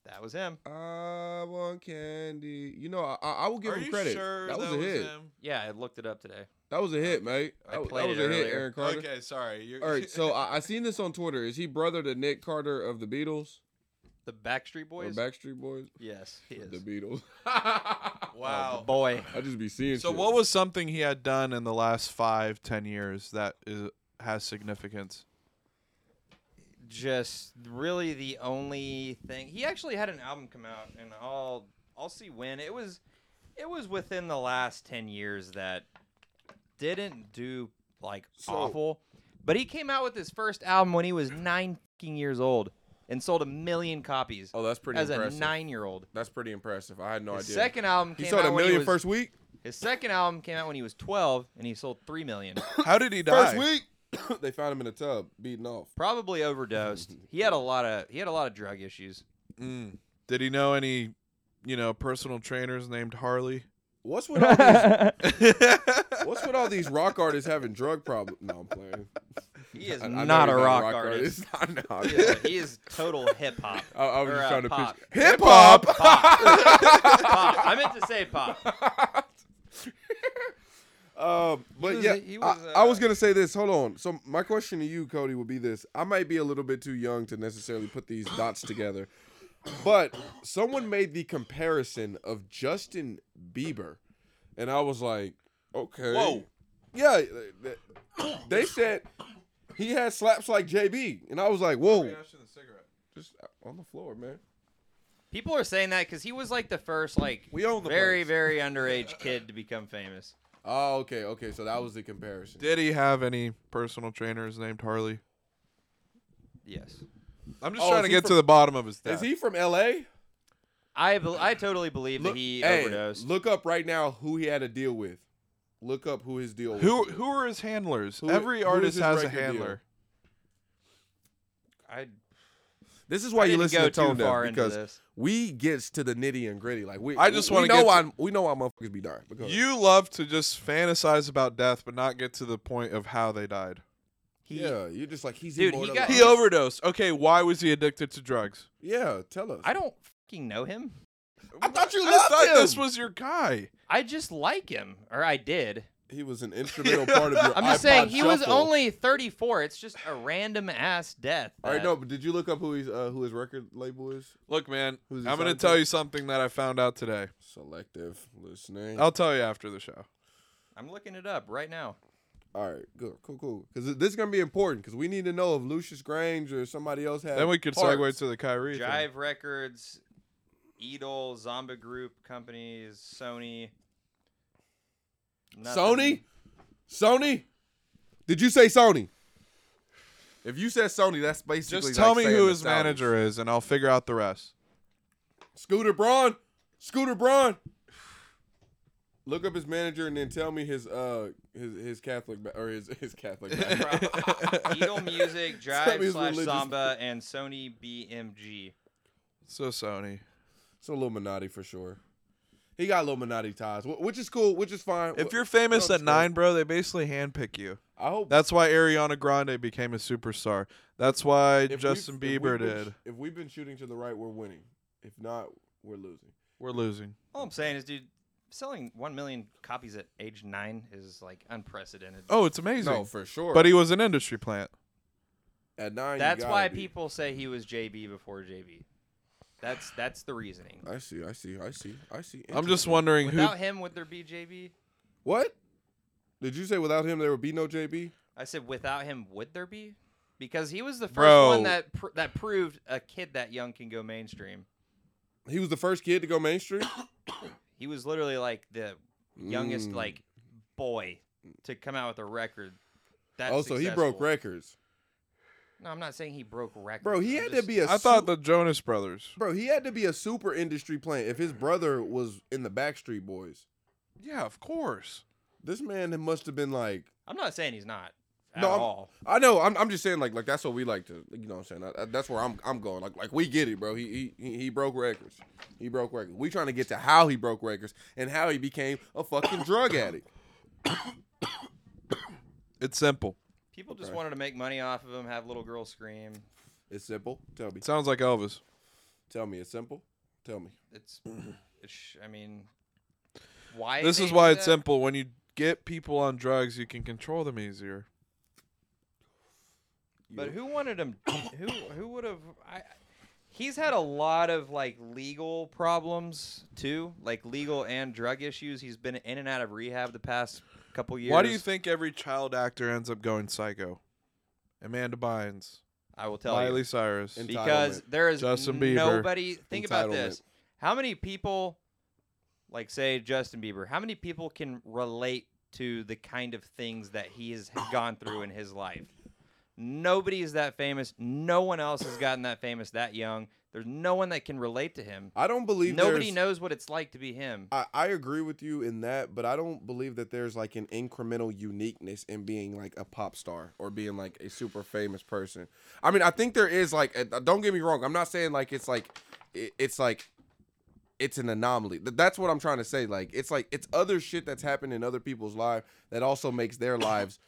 Speaker 4: that was him.
Speaker 1: I want candy. You know, I, I I will give him credit. that was a hit.
Speaker 4: Yeah, I looked it up today.
Speaker 1: That was a hit, mate.
Speaker 4: I
Speaker 1: That, was- that
Speaker 4: played
Speaker 1: was a
Speaker 4: it
Speaker 1: hit,
Speaker 4: earlier.
Speaker 1: Aaron Carter.
Speaker 3: Okay, sorry. You're,
Speaker 1: All right, so I, I seen this on Twitter. Is he brother to Nick Carter of the Beatles?
Speaker 4: The Backstreet
Speaker 5: Or
Speaker 4: Boys.
Speaker 5: Backstreet Boys,
Speaker 4: yes, he
Speaker 5: the
Speaker 4: is.
Speaker 5: Beatles.
Speaker 1: uh,
Speaker 3: Wow.
Speaker 4: Boy,
Speaker 5: I just be seeing.
Speaker 3: So
Speaker 5: shit.
Speaker 3: what was something he had done in the last five, ten years that is has significance?
Speaker 4: just really the only thing he actually had an album come out, and I'll I'll see when it was. It was within the last ten years that didn't do like
Speaker 1: So-
Speaker 4: awful, but he came out with his first album when he was nine fucking years old and sold a million copies
Speaker 1: Oh, that's pretty
Speaker 4: as
Speaker 1: impressive.
Speaker 4: a nine-year-old.
Speaker 1: that's pretty impressive. I had no
Speaker 4: his
Speaker 1: idea.
Speaker 4: second album
Speaker 1: he
Speaker 4: came
Speaker 1: sold
Speaker 4: out
Speaker 1: a
Speaker 4: when he
Speaker 1: million
Speaker 4: was,
Speaker 1: first week.
Speaker 4: His second album came out when he was 12, and he sold three million.
Speaker 3: How did he die?
Speaker 1: First week, they found him in a tub beating off.
Speaker 4: Probably overdosed. He had a lot of he had a lot of drug issues.
Speaker 3: Mm. Did he know any, you know, personal trainers named Harley?
Speaker 1: What's with all these?
Speaker 3: That's
Speaker 1: what's with all these rock artists having drug problems? No, I'm playing.
Speaker 4: He is
Speaker 1: I- I know
Speaker 4: not
Speaker 1: he's
Speaker 4: a rock, artist.
Speaker 1: artist. I know.
Speaker 4: He is- he is total hip hop.
Speaker 1: I, I was
Speaker 4: Or,
Speaker 1: just
Speaker 4: uh,
Speaker 1: trying to
Speaker 4: pop.
Speaker 1: pitch hip hop.
Speaker 4: Pop. I meant to say pop.
Speaker 1: Um, but
Speaker 4: was-
Speaker 1: yeah,
Speaker 4: Oh, he was,
Speaker 1: I, I was
Speaker 4: uh,
Speaker 1: gonna say this. Hold on. So my question to you, Cody, would be this: I might be a little bit too young to necessarily put these dots together, but someone made the comparison of Justin Bieber, and I was like, okay,
Speaker 3: Whoa.
Speaker 1: yeah. th- th- They said he had slaps like JB, and I was like, whoa, just on the floor, man.
Speaker 4: People are saying that because he was like the first like
Speaker 1: We own the
Speaker 4: very
Speaker 1: place.
Speaker 4: very underage kid to become famous.
Speaker 1: Oh, okay, okay. So that was the comparison.
Speaker 3: Did he have any personal trainers named Harley?
Speaker 4: Yes,
Speaker 3: I'm just
Speaker 1: Oh,
Speaker 3: trying
Speaker 1: is
Speaker 3: to
Speaker 1: he
Speaker 3: get
Speaker 1: from-
Speaker 3: to the bottom of his death.
Speaker 1: Is he from LA?
Speaker 4: I bel I totally believe that he
Speaker 1: hey,
Speaker 4: overdosed.
Speaker 1: Look up right now who he had a deal with. Look up who his deal was.
Speaker 3: Who
Speaker 1: with.
Speaker 3: who are his handlers?
Speaker 1: Who-
Speaker 3: Every
Speaker 1: who is
Speaker 3: artist
Speaker 1: his
Speaker 3: has a
Speaker 1: record deal?
Speaker 3: handler.
Speaker 4: I
Speaker 1: This is why
Speaker 4: I
Speaker 1: you
Speaker 4: didn't
Speaker 1: listen
Speaker 4: go
Speaker 1: to Tone
Speaker 4: too
Speaker 1: Deaf,
Speaker 4: far into
Speaker 1: because
Speaker 4: this.
Speaker 1: we gets to the nitty and gritty. Like we,
Speaker 3: I just
Speaker 1: we
Speaker 3: wanna
Speaker 1: know
Speaker 3: get
Speaker 1: why we know why motherfuckers be dying. Because
Speaker 3: You love to just fantasize about death, but not get to the point of how they died.
Speaker 4: He,
Speaker 1: yeah, you're just like he's
Speaker 4: Dude, he
Speaker 1: immortal.
Speaker 4: got-
Speaker 3: He overdosed. Okay, why was he addicted to drugs?
Speaker 1: yeah, tell us.
Speaker 4: I don't fucking know him.
Speaker 1: I thought you
Speaker 3: I
Speaker 1: loved
Speaker 3: thought
Speaker 1: him.
Speaker 3: this was your guy.
Speaker 4: I just like him, or I did.
Speaker 1: he was an instrumental part of your.
Speaker 4: I'm just
Speaker 1: iPod
Speaker 4: saying he was
Speaker 1: shuffle.
Speaker 4: only 34. It's just a random ass death.
Speaker 1: All right,
Speaker 4: that-
Speaker 1: no, but did you look up who he's uh, who his record label is?
Speaker 3: Look, man,
Speaker 1: Who's he
Speaker 3: I'm gonna
Speaker 1: signed
Speaker 3: tell
Speaker 1: to?
Speaker 3: you something that I found out today.
Speaker 1: Selective listening.
Speaker 4: Oh.
Speaker 3: I'll tell you after the show.
Speaker 4: I'm looking it up right now.
Speaker 1: All right, good, cool, cool. Because this is gonna be important because we need to know if Lucius Grange or somebody else had.
Speaker 3: Then we could
Speaker 1: parts.
Speaker 3: segue to the Kyrie. thing.
Speaker 4: Jive Records, Edel, Zomba Group Companies, Sony. Nothing.
Speaker 1: Sony? Sony? Did you say Sony? If you said Sony, that's basically
Speaker 3: Just
Speaker 1: like
Speaker 3: tell me
Speaker 1: saying
Speaker 3: who
Speaker 1: the
Speaker 3: his
Speaker 1: Saudis.
Speaker 3: manager is, and I'll figure out the rest.
Speaker 1: Scooter Braun. Scooter Braun. Look up his manager and then tell me his uh his his Catholic ba- or his his Catholic background.
Speaker 4: Edel Music,
Speaker 1: Tell me
Speaker 4: Drive
Speaker 1: his
Speaker 4: slash
Speaker 1: religious-
Speaker 4: Zomba, and Sony BMG.
Speaker 3: So Sony.
Speaker 1: so Illuminati for sure. He got Illuminati ties, wh- which is cool, which is fine.
Speaker 3: If
Speaker 1: Wh-
Speaker 3: you're famous
Speaker 1: No,
Speaker 3: at
Speaker 1: it's
Speaker 3: nine, bro, they basically handpick you.
Speaker 1: I hope
Speaker 3: That's why Ariana Grande became a superstar. That's why
Speaker 1: if we've-
Speaker 3: Justin
Speaker 1: if we've
Speaker 3: Bieber
Speaker 1: been sh-
Speaker 3: did.
Speaker 1: If we've been shooting to the right, we're winning. If not, we're losing.
Speaker 3: We're losing.
Speaker 4: All I'm saying is, dude, selling 1 million copies at age 9 is like unprecedented.
Speaker 3: Oh, it's amazing.
Speaker 1: No, for sure.
Speaker 3: but he was an industry plant.
Speaker 1: at nine, you
Speaker 4: That's
Speaker 1: gotta
Speaker 4: why
Speaker 1: be.
Speaker 4: people say he was JB before JB. That's that's the reasoning.
Speaker 1: I see, I see, I see, I see.
Speaker 3: I'm just
Speaker 1: Interesting.
Speaker 3: wondering who.
Speaker 4: Without him, would there be JB?
Speaker 1: What? Did you say without him there would be no JB?
Speaker 4: I said, without him, would there be? Because he was the first
Speaker 3: Bro.
Speaker 4: one that pr- that proved a kid that young can go mainstream.
Speaker 1: He was the first kid to go mainstream.
Speaker 4: He was literally like the youngest
Speaker 1: Mm.
Speaker 4: like boy to come out with a record. That's
Speaker 1: oh, so he broke
Speaker 4: successful.
Speaker 1: records,
Speaker 4: No, I'm not saying he broke records.
Speaker 1: bro. He
Speaker 4: I'm
Speaker 1: had to
Speaker 4: just-
Speaker 1: be a.
Speaker 3: I
Speaker 1: su-
Speaker 3: thought the Jonas Brothers.
Speaker 1: bro, he had to be a super industry plant. If his brother was in the Backstreet Boys,
Speaker 3: Yeah, of course.
Speaker 1: this man must have been like.
Speaker 4: I'm not saying he's not at
Speaker 1: No, I'm-
Speaker 4: all.
Speaker 1: I know. I'm, I'm just saying like like that's what we like to. You know what I'm saying? I, I- that's where I'm I'm going. Like like we get it, bro. He he he- he broke records. He broke records. We trying to get to how he broke records and how he became a fucking drug addict.
Speaker 3: It's simple.
Speaker 4: People just
Speaker 1: Okay.
Speaker 4: wanted to make money off of him, have little girls scream.
Speaker 1: It's simple. Tell me.
Speaker 3: It sounds like Elvis.
Speaker 1: Tell me. It's simple. Tell me.
Speaker 4: It's, it's I mean, why?
Speaker 3: This
Speaker 4: they
Speaker 3: is
Speaker 4: do
Speaker 3: why it's
Speaker 4: that?
Speaker 3: simple. When you get people on drugs, you can control them easier.
Speaker 4: But who wanted him? who who would have? I, he's had a lot of like legal problems too, like legal and drug issues. He's been in and out of rehab the past couple years.
Speaker 3: Why do you think every child actor ends up going psycho? Amanda Bynes,
Speaker 4: I will tell
Speaker 3: Miley
Speaker 4: you
Speaker 3: Cyrus.
Speaker 1: And-
Speaker 4: because
Speaker 1: Entitlement.
Speaker 4: there is
Speaker 3: Justin Bieber.
Speaker 4: nobody. Think about
Speaker 1: Entitlement.
Speaker 4: this: how many people, like say Justin Bieber, how many people can relate to the kind of things that he has gone through in his life? Nobody is that famous. No one else has gotten that famous that young. There's no one that can relate to him.
Speaker 1: I don't believe
Speaker 4: Nobody
Speaker 1: there's-
Speaker 4: knows what it's like to be him.
Speaker 1: I, I agree with you in that, but I don't believe that there's like an incremental uniqueness in being like a pop star or being like a super famous person. I mean, I think there is like, uh, don't get me wrong. I'm not saying like it's like, it- it's like, it's an anomaly. Th- That's what I'm trying to say. Like, it's like, it's other shit that's happened in other people's lives that also makes their lives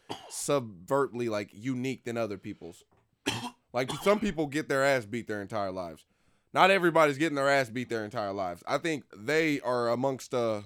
Speaker 1: subvertly like unique than other people's. Like, some people get their ass beat their entire lives not everybody's getting their ass beat their entire lives. I think they are amongst uh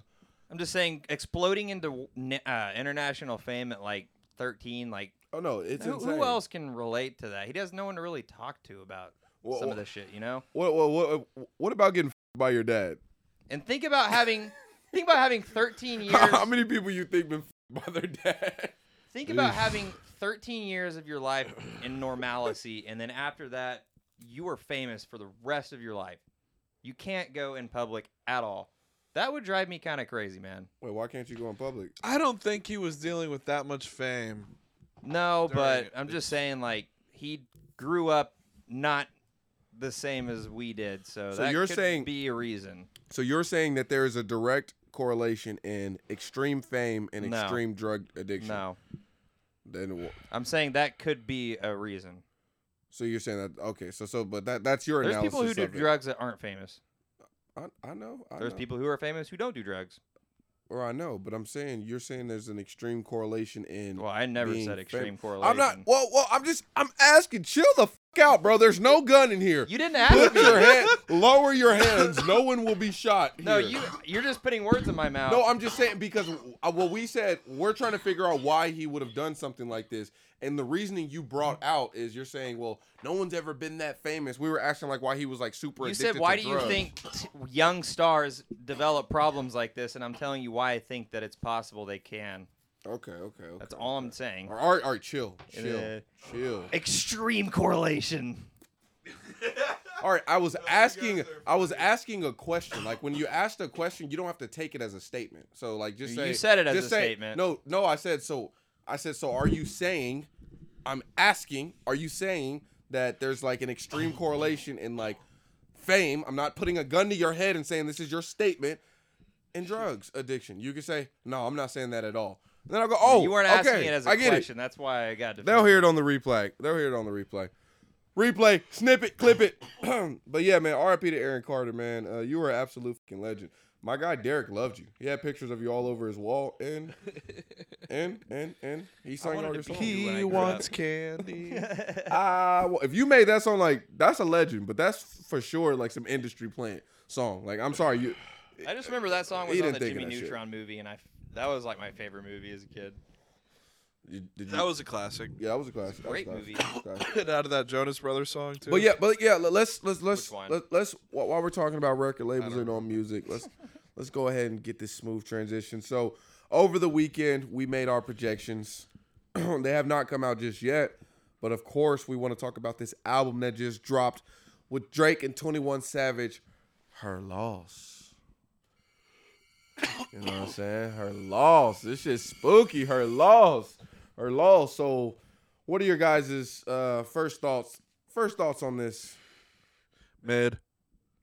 Speaker 4: I'm just saying, exploding into n- uh, international fame at like 13, like
Speaker 1: oh no, it's
Speaker 4: who,
Speaker 1: insane.
Speaker 4: who else can relate to that? He has no one to really talk to about
Speaker 1: Well,
Speaker 4: some of
Speaker 1: well-
Speaker 4: the shit, you know.
Speaker 1: What what what, what about getting f***ed by your dad?
Speaker 4: And think about having, think about having 13 years.
Speaker 1: How many people you think been f***ed by their dad?
Speaker 4: think about having 13 years of your life in normalcy, and then after that, you are famous for the rest of your life. You can't go in public at all. That would drive me kind of crazy, man.
Speaker 1: Wait, why can't you go in public?
Speaker 3: I don't think he was dealing with that much fame.
Speaker 4: No,
Speaker 3: During
Speaker 4: but
Speaker 3: it,
Speaker 4: I'm just saying, like he grew up not the same as we did, so,
Speaker 1: So
Speaker 4: that
Speaker 1: you're
Speaker 4: could
Speaker 1: saying-
Speaker 4: be a reason.
Speaker 1: So you're saying that there is a direct correlation in extreme fame and
Speaker 4: No.
Speaker 1: extreme drug addiction.
Speaker 4: No,
Speaker 1: Then wh-
Speaker 4: I'm saying that could be a reason.
Speaker 1: so you're saying that okay, so so but that that's your
Speaker 4: There's
Speaker 1: analysis.
Speaker 4: people who do
Speaker 1: of it.
Speaker 4: drugs that aren't famous.
Speaker 1: I, I know. I
Speaker 4: There's
Speaker 1: know.
Speaker 4: people who are famous who don't do drugs.
Speaker 1: or I know, but I'm saying you're saying there's an extreme correlation in
Speaker 4: Well, I never
Speaker 1: being
Speaker 4: said
Speaker 1: fam-
Speaker 4: extreme correlation.
Speaker 1: I'm not. Well, well, I'm just. I'm asking. Chill the fuck out, bro. There's no gun in here.
Speaker 4: You didn't
Speaker 1: Put
Speaker 4: ask me.
Speaker 1: your hand. Lower your hands. No one will be shot.
Speaker 4: No,
Speaker 1: here.
Speaker 4: you you're just putting words in my mouth.
Speaker 1: No, I'm just saying because uh, what we said, we're trying to figure out why he would have done something like this, and the reasoning you brought out is you're saying, well, no one's ever been that famous. We were asking like why he was like super.
Speaker 4: you
Speaker 1: addicted
Speaker 4: said why
Speaker 1: to
Speaker 4: do you
Speaker 1: drugs."
Speaker 4: think t- young stars develop problems like this? And I'm telling you why I think that it's possible they can.
Speaker 1: Okay, okay, okay.
Speaker 4: That's all I'm saying.
Speaker 1: All right, all right, chill,
Speaker 4: And,
Speaker 1: chill,
Speaker 4: uh,
Speaker 1: chill.
Speaker 4: Extreme correlation.
Speaker 1: All right, I was asking, I was asking a question. Like when you asked a question, you don't have to take it as a statement. So like just
Speaker 4: You
Speaker 1: say
Speaker 4: said it as
Speaker 1: just
Speaker 4: a
Speaker 1: say-
Speaker 4: statement.
Speaker 1: No, no, I said so. I said so. Are you saying? I'm asking. Are you saying that there's like an extreme correlation in like fame? I'm not putting a gun to your head and saying this is your statement. And drugs addiction. You can say no. I'm not saying that at all. And then I go, oh,
Speaker 4: you weren't
Speaker 1: okay,
Speaker 4: asking it as a
Speaker 1: I get it.
Speaker 4: question. That's why I got.
Speaker 1: They'll hear it
Speaker 4: defensive.
Speaker 1: on the replay. They'll hear it on the replay. Replay, snip it, clip it. but yeah, man, RIP to Aaron Carter, man. Uh, you were an absolute fucking legend. My guy Derek loved you. He had pictures of you all over his wall, and and and and he sang all
Speaker 4: wanted
Speaker 1: your
Speaker 4: to be
Speaker 1: songs.
Speaker 4: you when I
Speaker 3: He
Speaker 4: grew
Speaker 3: wants
Speaker 4: up.
Speaker 3: candy.
Speaker 1: Ah, well, if you made that song, like that's a legend. But that's for sure like some industry plant song. Like I'm sorry, you.
Speaker 4: I just remember that song was
Speaker 1: He
Speaker 4: on
Speaker 1: didn't
Speaker 4: the
Speaker 1: think of
Speaker 4: Jimmy
Speaker 1: that shit.
Speaker 4: Neutron movie, and I f- that was like my favorite movie as a kid.
Speaker 1: you, did you
Speaker 3: that was a classic.
Speaker 1: yeah, that was a classic. That was
Speaker 4: Great
Speaker 1: classic.
Speaker 4: movie.
Speaker 1: That was classic.
Speaker 3: Get out of that Jonas Brothers song too.
Speaker 1: But yeah, but yeah, le- let's let's let's
Speaker 4: Which one?
Speaker 1: let, let's wh- while we're talking about record labels
Speaker 3: don't
Speaker 1: and on music, let's let's go ahead and get this smooth transition. So over the weekend, we made our projections. they have not come out just yet, but of course, we want to talk about this album that just dropped with Drake and Twenty One Savage. Her loss. You know what I'm saying? Her loss. This shit's spooky. Her loss. Her loss. So, what are your guys' uh, first thoughts? First thoughts on this
Speaker 3: mid.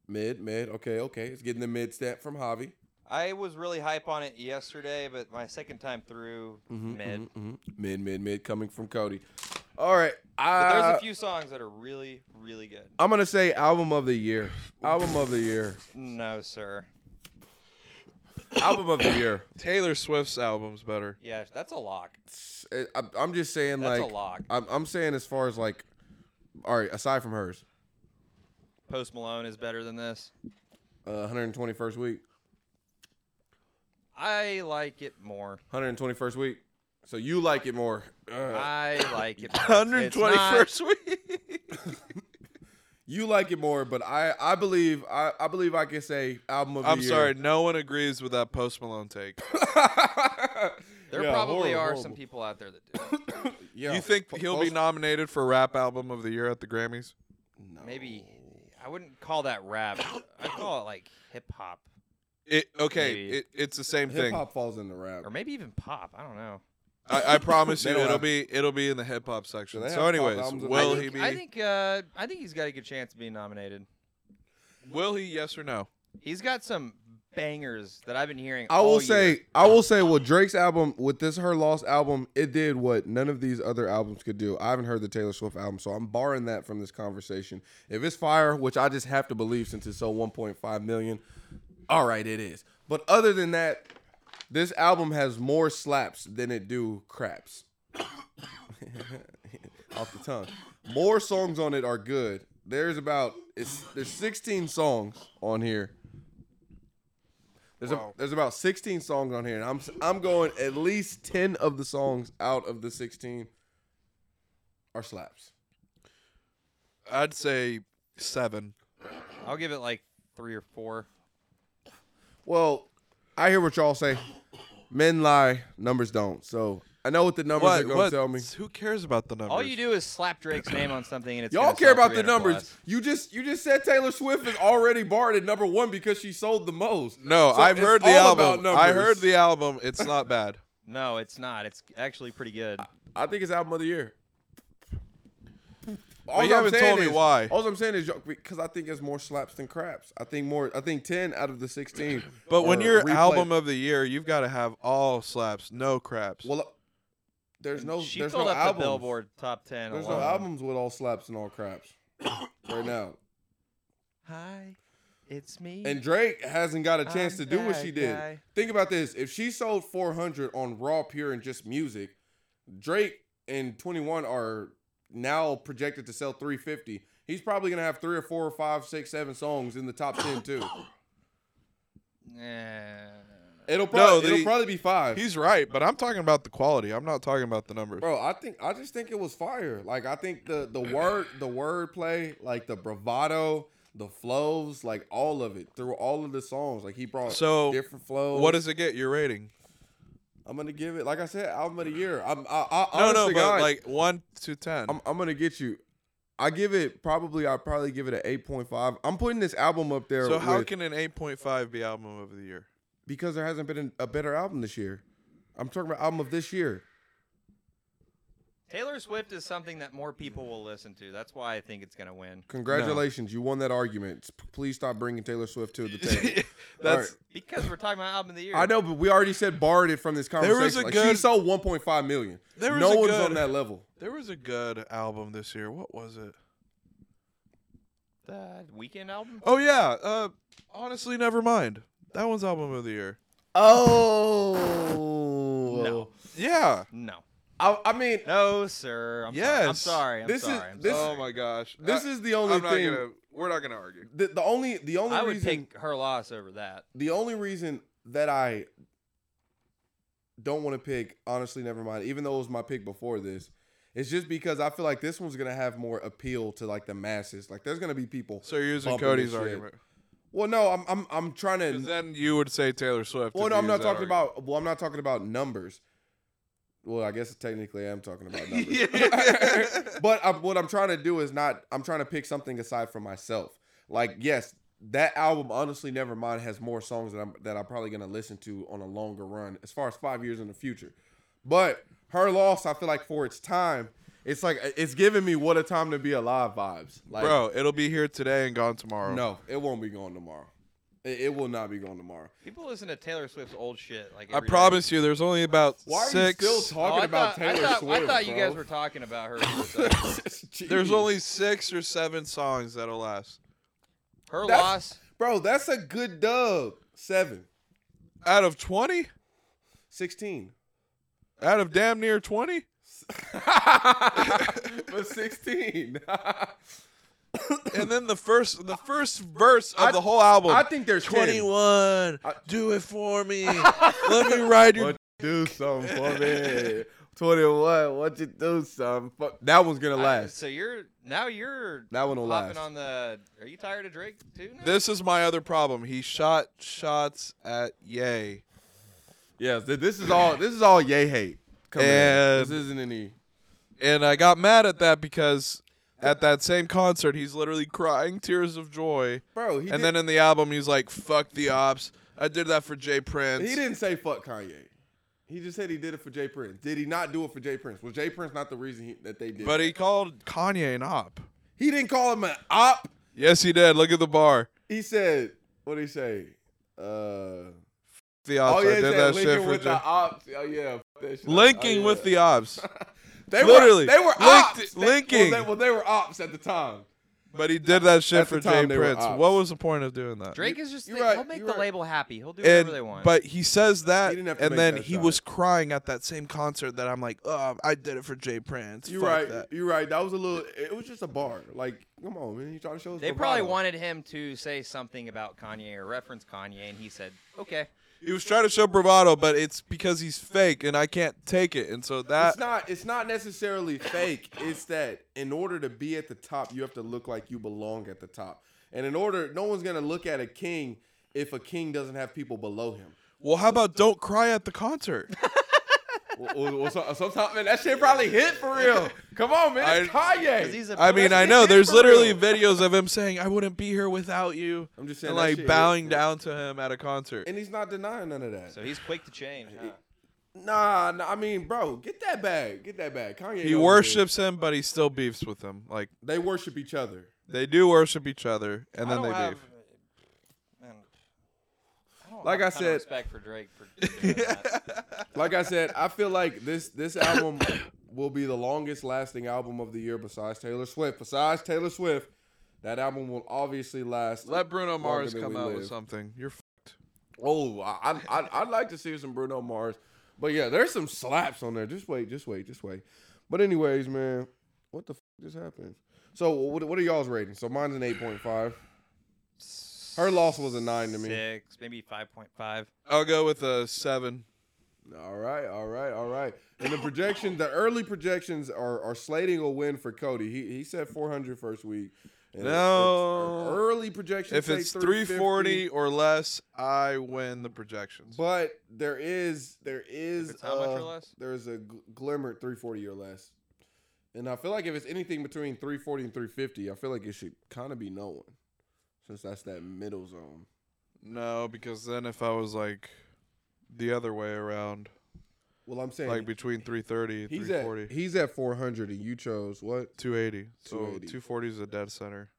Speaker 1: Mid, mid. Okay, okay. It's getting the mid step from Javi.
Speaker 4: I was really hype on it yesterday, but my second time through,
Speaker 1: Mm-hmm,
Speaker 4: mid. mm-hmm.
Speaker 1: Mid, mid, mid coming from Cody. All right.
Speaker 4: But
Speaker 1: I,
Speaker 4: there's a few songs that are really, really good.
Speaker 1: I'm going to say album of the year. Album of the year.
Speaker 4: No, sir.
Speaker 1: album of the year.
Speaker 3: Taylor Swift's album's better.
Speaker 4: Yeah, that's a lock.
Speaker 1: It's- it- I- Eh, I'm just saying,
Speaker 4: That's a
Speaker 1: like,
Speaker 4: lock.
Speaker 1: I'm, I'm saying as far as, like, all right, aside from hers,
Speaker 4: Post Malone is better than this.
Speaker 1: uh, 121st week.
Speaker 4: I like it more.
Speaker 1: 121st week. So you like it more. Uh,
Speaker 4: I like it. more. It's not-
Speaker 3: 121st week.
Speaker 1: You like it more, but I I believe I, I believe I can say album of the
Speaker 3: I'm
Speaker 1: year.
Speaker 3: sorry, no one agrees with that Post Malone take.
Speaker 4: There
Speaker 1: Yeah, horrible,
Speaker 4: probably are
Speaker 1: horrible.
Speaker 4: some people out there that do. it.
Speaker 1: Yeah.
Speaker 3: You think
Speaker 1: Po-
Speaker 3: he'll be
Speaker 1: Post-
Speaker 3: nominated for Rap Album of the Year at the Grammys?
Speaker 1: No.
Speaker 4: Maybe I wouldn't call that rap. I'd call it like hip hop
Speaker 3: It okay.
Speaker 4: Maybe.
Speaker 3: It, it's the same
Speaker 1: hip
Speaker 3: thing.
Speaker 1: hop falls into rap.
Speaker 4: or maybe even pop. I don't know.
Speaker 3: I, I promise
Speaker 1: They
Speaker 3: you,
Speaker 1: don't
Speaker 3: it'll
Speaker 1: have-
Speaker 3: be it'll be in the hip hop section.
Speaker 1: Do they
Speaker 3: So,
Speaker 1: have pop
Speaker 3: anyways,
Speaker 1: albums in
Speaker 3: will
Speaker 4: I
Speaker 1: the-
Speaker 3: he
Speaker 4: think,
Speaker 3: be?
Speaker 4: I think uh, I think he's got a good chance of being nominated.
Speaker 3: will he? Yes or no?
Speaker 4: He's got some bangers that I've been hearing.
Speaker 1: I will
Speaker 4: all
Speaker 1: say
Speaker 4: year.
Speaker 1: I will say with Drake's album with this her lost album it did what none of these other albums could do. I haven't heard the Taylor Swift album, so I'm barring that from this conversation. If it's fire, which I just have to believe since it's so 1.5 million, all right, it is. But other than that, this album has more slaps than it do craps. Off the tongue. More songs on it are good. There's about it's there's 16 songs on here. There's,
Speaker 3: Wow.
Speaker 1: a, there's about 16 songs on here, and I'm s- I'm going at least 10 of the songs out of the 16 are slaps.
Speaker 3: I'd say seven.
Speaker 4: I'll give it like three or four.
Speaker 1: Well, I hear what y'all say. Men lie, numbers don't. So I know what the numbers are
Speaker 3: What?
Speaker 1: going
Speaker 3: What?
Speaker 1: to tell me.
Speaker 3: Who cares about the numbers?
Speaker 4: All you do is slap Drake's name on something, and it's
Speaker 1: Y'all
Speaker 4: gonna
Speaker 1: care
Speaker 4: sell
Speaker 1: about the
Speaker 4: 300
Speaker 1: numbers.
Speaker 4: plus.
Speaker 1: You just you just said Taylor Swift is already barred at number one because she sold the most.
Speaker 3: No,
Speaker 1: So
Speaker 3: I've
Speaker 1: it's
Speaker 3: heard the
Speaker 1: all about
Speaker 3: album. I
Speaker 1: numbers.
Speaker 3: heard the album. It's not bad.
Speaker 4: No, it's not. It's actually pretty good.
Speaker 1: I think it's album of the year.
Speaker 3: But you haven't told me why.
Speaker 1: All I'm saying is y'all- because I think it's more slaps than craps. I think more. I think ten out of the sixteen.
Speaker 3: But when
Speaker 1: are
Speaker 3: you're
Speaker 1: replay-
Speaker 3: album of the year, you've got to have all slaps, no craps.
Speaker 1: well, uh, there's no.
Speaker 4: she
Speaker 1: oh, there's
Speaker 4: pulled
Speaker 1: no
Speaker 4: up
Speaker 1: albums.
Speaker 4: the Billboard top ten.
Speaker 1: There's no
Speaker 4: alone.
Speaker 1: albums with all slaps and all craps right now.
Speaker 4: Hi, it's me.
Speaker 1: And Drake hasn't got a chance to
Speaker 4: I'm
Speaker 1: do what
Speaker 4: that
Speaker 1: she did.
Speaker 4: guy.
Speaker 1: Think about this: if she sold 400 on raw, pure, and just music, Drake and 21 are now projected to sell 350. He's probably gonna have three or four or five, six, seven songs in the top ten too.
Speaker 4: Nah.
Speaker 1: It'll probably
Speaker 3: the-
Speaker 1: it'll probably be five.
Speaker 3: He's right, but I'm talking about the quality. I'm not talking about the numbers.
Speaker 1: Bro, I think I just think it was fire. Like I think the the word the word play, like the bravado, the flows, like all of it through all of the songs. Like he brought
Speaker 3: So,
Speaker 1: different flows.
Speaker 3: What does it get? Your rating?
Speaker 1: I'm gonna give it? Like I said, album of the year. I'm I, I,
Speaker 3: No,
Speaker 1: honest
Speaker 3: no,
Speaker 1: to
Speaker 3: but
Speaker 1: God,
Speaker 3: like one to ten.
Speaker 1: I'm I'm gonna get you. I give it probably. I probably give it an eight point five. I'm putting this album up there.
Speaker 3: so how
Speaker 1: with-
Speaker 3: can an 8.5 be album of the year?
Speaker 1: because there hasn't been a better album this year. I'm talking about album of this year.
Speaker 4: Taylor Swift is something that more people will listen to. That's why I think it's gonna win.
Speaker 1: Congratulations, you won that argument. S- Please stop bringing Taylor Swift to the table.
Speaker 3: That's
Speaker 4: Because we're talking about album of the year.
Speaker 1: I know, but we already said barred it from this
Speaker 3: was a
Speaker 1: conversation. like, she
Speaker 3: good-
Speaker 1: sold 1.5 million.
Speaker 3: There was
Speaker 1: no
Speaker 3: a
Speaker 1: one's
Speaker 3: good-
Speaker 1: on that level.
Speaker 3: there was a good album this year. What was it?
Speaker 4: the weekend album.
Speaker 3: Oh yeah, uh honestly never mind. That one's album of the year.
Speaker 1: Oh
Speaker 4: No,
Speaker 3: Yeah.
Speaker 4: no,
Speaker 1: I, I mean,
Speaker 4: no, sir. I'm Sorry. I'm
Speaker 3: Yes.
Speaker 4: sorry. I'm
Speaker 1: This is-
Speaker 4: sorry. I'm
Speaker 1: this-
Speaker 4: sorry.
Speaker 3: oh my gosh.
Speaker 1: this
Speaker 3: I-
Speaker 1: is the only
Speaker 3: I'm not
Speaker 1: thing.
Speaker 3: gonna- we're not going to argue.
Speaker 1: The, the only the only
Speaker 4: Oh I would
Speaker 1: reason
Speaker 4: pick her loss over that.
Speaker 1: the only reason that I don't want to pick, honestly, never mind, even though it was my pick before this, is just because I feel like this one's gonna have more appeal to like the masses. Like there's gonna be people.
Speaker 3: So you're using
Speaker 1: bumping
Speaker 3: Cody's
Speaker 1: this shit.
Speaker 3: argument.
Speaker 1: Well, no, I'm I'm I'm trying
Speaker 3: 'Cause
Speaker 1: to.
Speaker 3: then you would say Taylor Swift.
Speaker 1: Well,
Speaker 3: if
Speaker 1: no,
Speaker 3: you
Speaker 1: I'm
Speaker 3: use
Speaker 1: not
Speaker 3: that
Speaker 1: talking
Speaker 3: argument.
Speaker 1: about. Well, I'm not talking about numbers. Well, I guess technically I'm talking about numbers.
Speaker 3: Yeah.
Speaker 1: but I'm, what I'm trying to do is not. I'm trying to pick something aside from myself. Like yes, that album honestly, Nevermind has more songs that I'm that I'm probably gonna listen to on a longer run, as far as five years in the future. But her loss, I feel like for its time, it's like it's giving me what a time to be alive vibes. Like,
Speaker 3: Bro, it'll be here today and gone tomorrow.
Speaker 1: no, it won't be going tomorrow. It, it will not be going tomorrow.
Speaker 4: People listen to Taylor Swift's old shit. Like
Speaker 3: I
Speaker 4: every day.
Speaker 3: promise you, there's only about
Speaker 1: Why are
Speaker 3: six.
Speaker 1: you still
Speaker 4: Oh,
Speaker 1: talking
Speaker 4: I
Speaker 1: about
Speaker 4: thought, I
Speaker 1: Taylor
Speaker 4: thought-
Speaker 1: Swift?
Speaker 4: I thought you
Speaker 1: bro?
Speaker 4: guys were talking about her. for a second.
Speaker 3: there's
Speaker 1: Jeez.
Speaker 3: only six or seven songs that'll last.
Speaker 4: her
Speaker 1: That's-
Speaker 4: loss.
Speaker 1: bro. That's a good dub. Seven.
Speaker 3: Out of 20?
Speaker 1: 16.
Speaker 3: Out of damn near 20?
Speaker 1: but 16.
Speaker 3: And then the first the first verse of
Speaker 1: I-
Speaker 3: the whole album.
Speaker 1: I think there's 21.
Speaker 3: 21.
Speaker 1: I-
Speaker 3: do it for me. Let me ride your
Speaker 1: Do something for me. 21. What you do, son? Fuck. That one's gonna
Speaker 4: I-
Speaker 1: last.
Speaker 4: so you're now you're
Speaker 1: That one will
Speaker 4: hopping
Speaker 1: last.
Speaker 4: on the. Are you tired of Drake too? Now?
Speaker 3: This is my other problem. He shot shots at Yay.
Speaker 1: yes. th- This is all. This is all yay hate. Come
Speaker 3: And-
Speaker 1: this isn't any.
Speaker 3: And I got mad at that because at that same concert, he's literally crying tears of joy.
Speaker 1: Bro, he
Speaker 3: and
Speaker 1: did-
Speaker 3: then in the album, he's like, fuck the ops. I did that for Jay Prince.
Speaker 1: He didn't say fuck Kanye. He just said he did it for Jay Prince. Did he not do it for Jay Prince? Was Jay Prince not the reason he, that they did?
Speaker 3: But
Speaker 1: it?
Speaker 3: he called Kanye an op.
Speaker 1: he didn't call him an op.
Speaker 3: Yes, he did. Look at the bar.
Speaker 1: He said, what did he say? Uh, oh
Speaker 3: The ops.
Speaker 1: yeah,
Speaker 3: I
Speaker 1: he
Speaker 3: did
Speaker 1: said
Speaker 3: that
Speaker 1: linking
Speaker 3: shit for
Speaker 1: with
Speaker 3: Jay.
Speaker 1: the ops. Oh yeah, fuck that shit.
Speaker 3: Linking
Speaker 1: Oh,
Speaker 3: with
Speaker 1: yeah.
Speaker 3: the ops.
Speaker 1: They
Speaker 3: Literally.
Speaker 1: were, they were
Speaker 3: Linked-
Speaker 1: ops. They- well,
Speaker 3: linking.
Speaker 1: they- well, they were ops at the time.
Speaker 3: But he did that
Speaker 1: At
Speaker 3: shit
Speaker 1: the
Speaker 3: for Jay
Speaker 1: time, they were
Speaker 3: Prince.
Speaker 1: ops.
Speaker 3: What was the point of doing that?
Speaker 4: Drake is just
Speaker 1: you're
Speaker 4: the-
Speaker 1: right,
Speaker 4: he'll make
Speaker 1: you're
Speaker 4: the
Speaker 1: right.
Speaker 4: label happy. He'll do
Speaker 3: and
Speaker 4: whatever they want.
Speaker 3: but he says that,
Speaker 1: He didn't have to
Speaker 3: and
Speaker 1: make
Speaker 3: then
Speaker 1: that
Speaker 3: he
Speaker 1: shot.
Speaker 3: was crying at that same concert that I'm like, oh, I did it for Jay Prince.
Speaker 1: You're
Speaker 3: Fuck
Speaker 1: right.
Speaker 3: that."
Speaker 1: You're right. That was a little. It was just a bar. Like, come on, man. He trying to show us.
Speaker 4: they probably wanted him to say something about Kanye or reference Kanye, and he said, "Okay."
Speaker 3: He was trying to show bravado, but it's because he's fake, and I can't take it. And so that
Speaker 1: It's not. It's not necessarily fake. It's that in order to be at the top, you have to look like you belong at the top. And in order, no one's gonna look at a king if a king doesn't have people below him.
Speaker 3: well, how about don't cry at the concert?
Speaker 1: well, well, well, so- uh, sometimes, man, that shit probably hit for real. Come on, man. It's
Speaker 3: I-
Speaker 1: Kanye.
Speaker 4: he's a-
Speaker 3: I mean, I
Speaker 1: That's
Speaker 3: know
Speaker 1: it
Speaker 3: there's
Speaker 1: for real.
Speaker 3: literally videos of him saying, "I wouldn't be here without you,"
Speaker 1: I'm just saying
Speaker 3: and
Speaker 1: that
Speaker 3: like
Speaker 1: shit
Speaker 3: bowing
Speaker 1: is-
Speaker 3: down to him at a concert.
Speaker 1: and he's not denying none of that.
Speaker 4: So he's quick to change. huh?
Speaker 1: Nah, nah, I mean, bro, get that bag, get that bag. Kanye.
Speaker 3: He
Speaker 1: knows
Speaker 3: worships him, but he still beefs with him. Like
Speaker 1: it. They worship each other.
Speaker 3: they do worship each other, and
Speaker 4: I
Speaker 3: then
Speaker 4: don't
Speaker 3: they
Speaker 4: have,
Speaker 3: beef.
Speaker 4: man, I don't
Speaker 1: Like
Speaker 4: have
Speaker 1: I
Speaker 4: a ton of
Speaker 1: said-
Speaker 4: respect for Drake for doing that.
Speaker 1: Like I said, I feel like this this album will be the longest lasting album of the year besides Taylor Swift. Besides Taylor Swift, that album will obviously last.
Speaker 3: Let Bruno
Speaker 1: longer
Speaker 3: Mars
Speaker 1: than
Speaker 3: come
Speaker 1: we
Speaker 3: out with
Speaker 1: live.
Speaker 3: something. You're fucked.
Speaker 1: Oh, I, I I'd- I'd like to see some Bruno Mars, but yeah, there's some slaps on there. Just wait, just wait, just wait. But anyways, man, what the f- just happened? So what, what are y'all's ratings? So mine's an eight point five. Her loss was a nine to me.
Speaker 4: Six, maybe five point five.
Speaker 3: I'll go with a seven.
Speaker 1: All right, all right, all right. And the projection, the early projections are are slating a win for Cody. He he said 400 first week. And it's-
Speaker 3: No.
Speaker 1: it's- early projections.
Speaker 3: If
Speaker 1: say
Speaker 3: it's 340
Speaker 1: 350,
Speaker 3: or less, I win the projections.
Speaker 1: but there is there is
Speaker 4: it's how much or
Speaker 1: uh,
Speaker 4: less?
Speaker 1: There's a gl- glimmer at 340 or less. And I feel like if it's anything between 340 and 350, I feel like it should kind of be no one, since that's that middle zone.
Speaker 3: No, because then if I was like the other way around,
Speaker 1: Well, I'm saying
Speaker 3: like between 330 and
Speaker 1: he's
Speaker 3: 340,
Speaker 1: at he's at 400 and you chose what?
Speaker 3: 280. So
Speaker 1: 280.
Speaker 3: 240 is a dead center.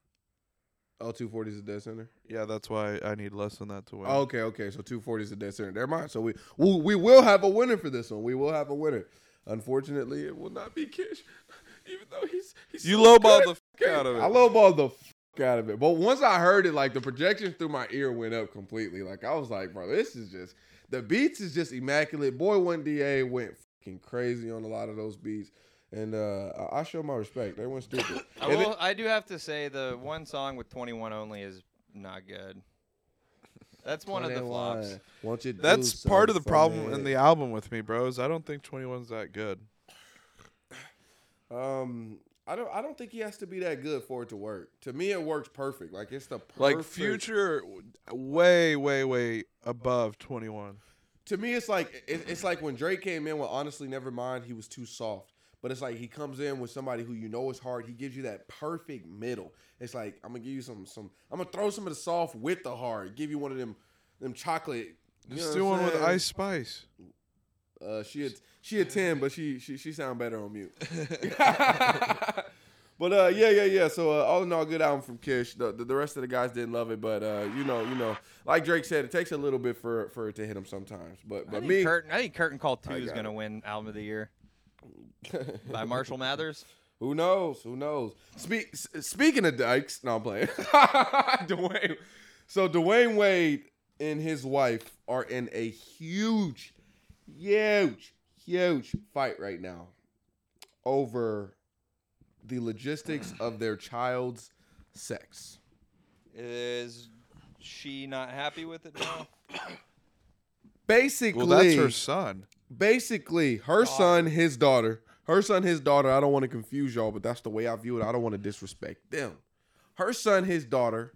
Speaker 1: Oh, 240 is the dead center.
Speaker 3: Yeah, that's why I need less than that to win.
Speaker 1: Okay, okay. So 240 is the dead center. Never mind. So we, we we will have a winner for this one. We will have a winner. Unfortunately, it will not be Kish, even though he's he's
Speaker 3: You
Speaker 1: so
Speaker 3: lowballed
Speaker 1: good.
Speaker 3: the fuck out of it.
Speaker 1: I lowballed the fuck out of it. But once I heard it, like the projections through my ear went up completely. Like I was like, bro, this is just the beats is just immaculate. Boy, one da went fucking crazy on a lot of those beats, and uh I- I show my respect. They went stupid.
Speaker 4: I,
Speaker 1: And it-
Speaker 4: will, I do have to say the one song with 21 only is not good. That's one of the
Speaker 1: 21,
Speaker 4: flops.
Speaker 1: Won't you do
Speaker 3: That's part of the
Speaker 1: something for
Speaker 3: problem
Speaker 1: me?
Speaker 3: in the album with me, bro. Is I don't think 21's that good.
Speaker 1: Um, I don't. I don't think he has to be that good for it to work. To me, it works perfect. Like it's the perfect.
Speaker 3: Like Future, way, way, way above 21.
Speaker 1: To me, it's like it, it's like when Drake came in with honestly, never mind. He was too soft. But it's like he comes in with somebody who you know is hard. He gives you that perfect middle. It's like I'm gonna give you some some. I'm gonna throw some of the soft with the hard. Give you one of them them chocolate. you
Speaker 3: Just
Speaker 1: know
Speaker 3: do
Speaker 1: what
Speaker 3: one
Speaker 1: I'm
Speaker 3: with
Speaker 1: saying?
Speaker 3: Ice Spice.
Speaker 1: Uh, she a, she a ten, but she she she sound better on mute. but uh, yeah, yeah, yeah. So uh, all in all, good album from Kish. The, the the rest of the guys didn't love it, but uh, you know, you know, like Drake said, it takes a little bit for for it to hit him sometimes. But but
Speaker 4: I think,
Speaker 1: me,
Speaker 4: Curtain, I think Curtain Call 2
Speaker 1: I
Speaker 4: is
Speaker 1: got
Speaker 4: going to win Album of the Year by Marshall Mathers.
Speaker 1: who knows? Who knows? Speak s- speaking of Dykes, no, I'm playing. Dwayne. So Dwayne Wade and his wife are in a huge, huge, huge fight right now over the logistics of their child's sex.
Speaker 4: Is she not happy with it now?
Speaker 1: Basically,
Speaker 3: Well, that's her son.
Speaker 1: basically her son, his daughter, her son, his daughter. I don't want to confuse y'all, but that's the way I view it. I don't want to disrespect them. Her son, his daughter,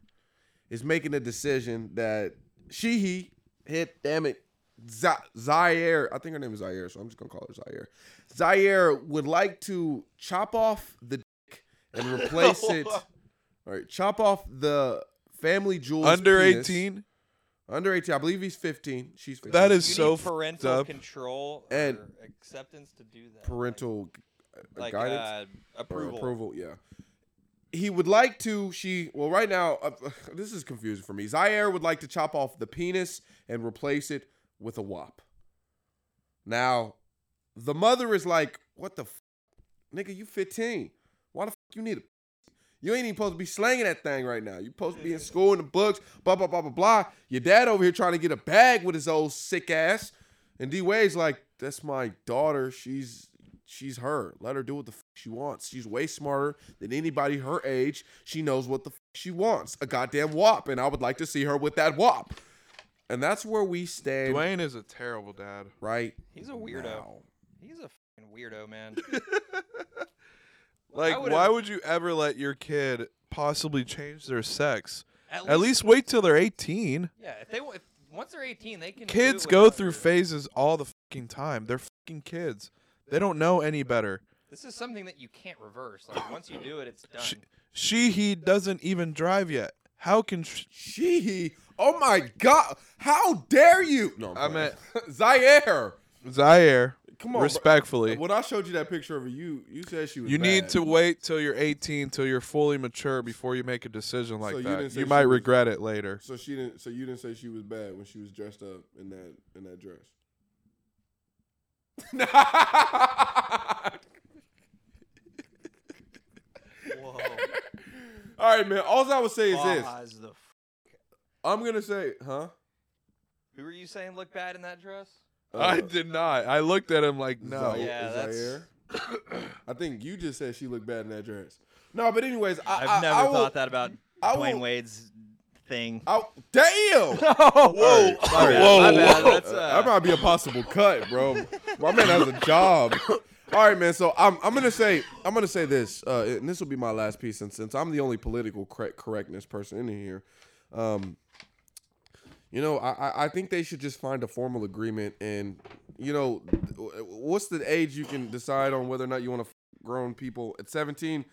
Speaker 1: is making a decision that she, he, hit, damn it, Z- Zaire. I think her name is Zaire, so I'm just gonna call her Zaire. Zaire would like to chop off the dick and replace it. All right, chop off the family jewels.
Speaker 3: Under
Speaker 1: penis.
Speaker 3: 18?
Speaker 1: Under 18. I believe he's 15. She's 15.
Speaker 3: That is
Speaker 4: You
Speaker 3: so
Speaker 4: need
Speaker 3: fucked
Speaker 4: parental
Speaker 3: up.
Speaker 4: control
Speaker 1: And-
Speaker 4: or acceptance to do that.
Speaker 1: parental uh,
Speaker 4: like, like
Speaker 1: guidance
Speaker 4: uh,
Speaker 1: or
Speaker 4: approval.
Speaker 1: approval. Yeah. He would like to. She well, right now uh, this is confusing for me. Zaire would like to chop off the penis and replace it with a wop. Now, the mother is like, "What the, f-? nigga? You 15? Why the f- you need a? You ain't even supposed to be slanging that thing right now. You supposed to be in school in the books. Blah blah blah blah blah. Your dad over here trying to get a bag with his old sick ass, and D Wade's like, "That's my daughter. She's she's her. Let her do what the f- she wants. She's way smarter than anybody her age. She knows what the f- she wants. A goddamn wop, and I would like to see her with that wop. And that's where we stand
Speaker 3: Dwayne is a terrible dad.
Speaker 1: right
Speaker 4: He's a weirdo.
Speaker 1: now.
Speaker 4: He's a fucking weirdo, man.
Speaker 3: Like,
Speaker 4: would've-
Speaker 3: why would you ever let your kid possibly change their sex?
Speaker 4: At least,
Speaker 3: At least wait till they're 18.
Speaker 4: yeah. If they wa- if, once they're 18, they can. do
Speaker 3: Kids
Speaker 4: it
Speaker 3: go
Speaker 4: without
Speaker 3: through
Speaker 4: you.
Speaker 3: phases all the fucking time. They're fucking kids. They don't know any better.
Speaker 4: This is something that you can't reverse. Like once you do it, it's done.
Speaker 3: She, she he doesn't even drive yet. How can sh
Speaker 1: She. Oh my God! How dare you? No,
Speaker 3: I
Speaker 1: I'm playing. Zaire.
Speaker 3: Zaire?
Speaker 1: Come on, bro.
Speaker 3: respectfully.
Speaker 1: When I showed you that picture of her, you you said she was.
Speaker 3: You need
Speaker 1: bad.
Speaker 3: to wait till you're 18, till you're fully mature before you make a decision like
Speaker 1: you
Speaker 3: that.
Speaker 1: didn't say
Speaker 3: You,
Speaker 1: she
Speaker 3: might
Speaker 1: was-
Speaker 3: regret it later.
Speaker 1: So she didn't. So you didn't say she was bad when she was dressed up in that in that dress.
Speaker 4: Whoa.
Speaker 1: All right, man. All I would say is this.
Speaker 4: Oz the f-
Speaker 1: I'm gonna say, huh?
Speaker 4: Who were you saying looked bad in that dress?
Speaker 3: I
Speaker 1: Uh,
Speaker 3: did not. I looked at him like, no.
Speaker 1: Zaire-
Speaker 4: Yeah. that's-
Speaker 1: Zaire? I think you just said she looked bad in that dress. No, but anyways, I,
Speaker 4: I've
Speaker 1: I-
Speaker 4: never
Speaker 1: I
Speaker 4: thought
Speaker 1: will-
Speaker 4: that about
Speaker 1: I
Speaker 4: Dwayne
Speaker 1: will-
Speaker 4: Wade's thing.
Speaker 1: I, damn.
Speaker 4: Whoa!
Speaker 1: All right,
Speaker 3: Whoa,
Speaker 4: My bad.
Speaker 3: whoa.
Speaker 4: That's, uh,
Speaker 1: that might be a possible cut, bro. My man has a job. All right, man. So I'm, I'm gonna say I'm gonna say this, uh, and this will be my last piece, and since I'm the only political correct, correctness person in here, um, you know, I, I- I think they should just find a formal agreement, and you know, w- what's the age you can decide on whether or not you want to f- grown people at 17?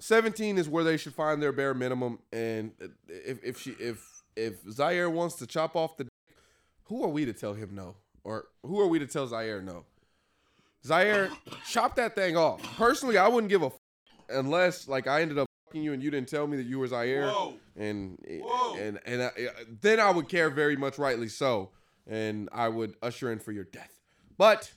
Speaker 1: 17 is where they should find their bare minimum, and if if she if if Zaire wants to chop off the who are we to tell him no? Or who are we to tell Zaire no? Zaire, chop that thing off. Personally, I wouldn't give a f- unless like I ended up fucking you and you didn't tell me that you were Zaire, and and and I, then I would care very much, rightly so, and I would usher in for your death. But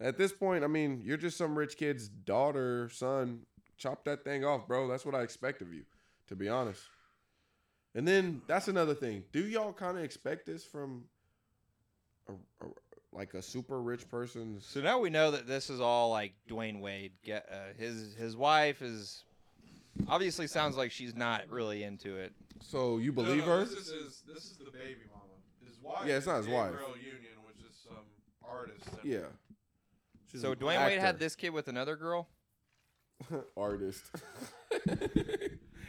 Speaker 1: at this point, I mean, you're just some rich kid's daughter, son. Chop that thing off, bro. That's what I expect of you, to be honest. And then that's another thing. Do y'all kind of expect this from a, a, like a super rich person?
Speaker 4: So now we know that this is all like Dwayne Wade. Get uh, his his wife is obviously sounds like she's not really into it.
Speaker 1: So you believe her?
Speaker 3: This is, his, this is the baby mama. His wife.
Speaker 1: Yeah, it's not
Speaker 3: is
Speaker 1: his wife.
Speaker 3: Gabrielle Union, which is some artist. and-
Speaker 1: Yeah.
Speaker 4: so
Speaker 1: an
Speaker 4: Dwayne Wade had
Speaker 1: actor.
Speaker 4: this kid with another girl.
Speaker 1: Artist.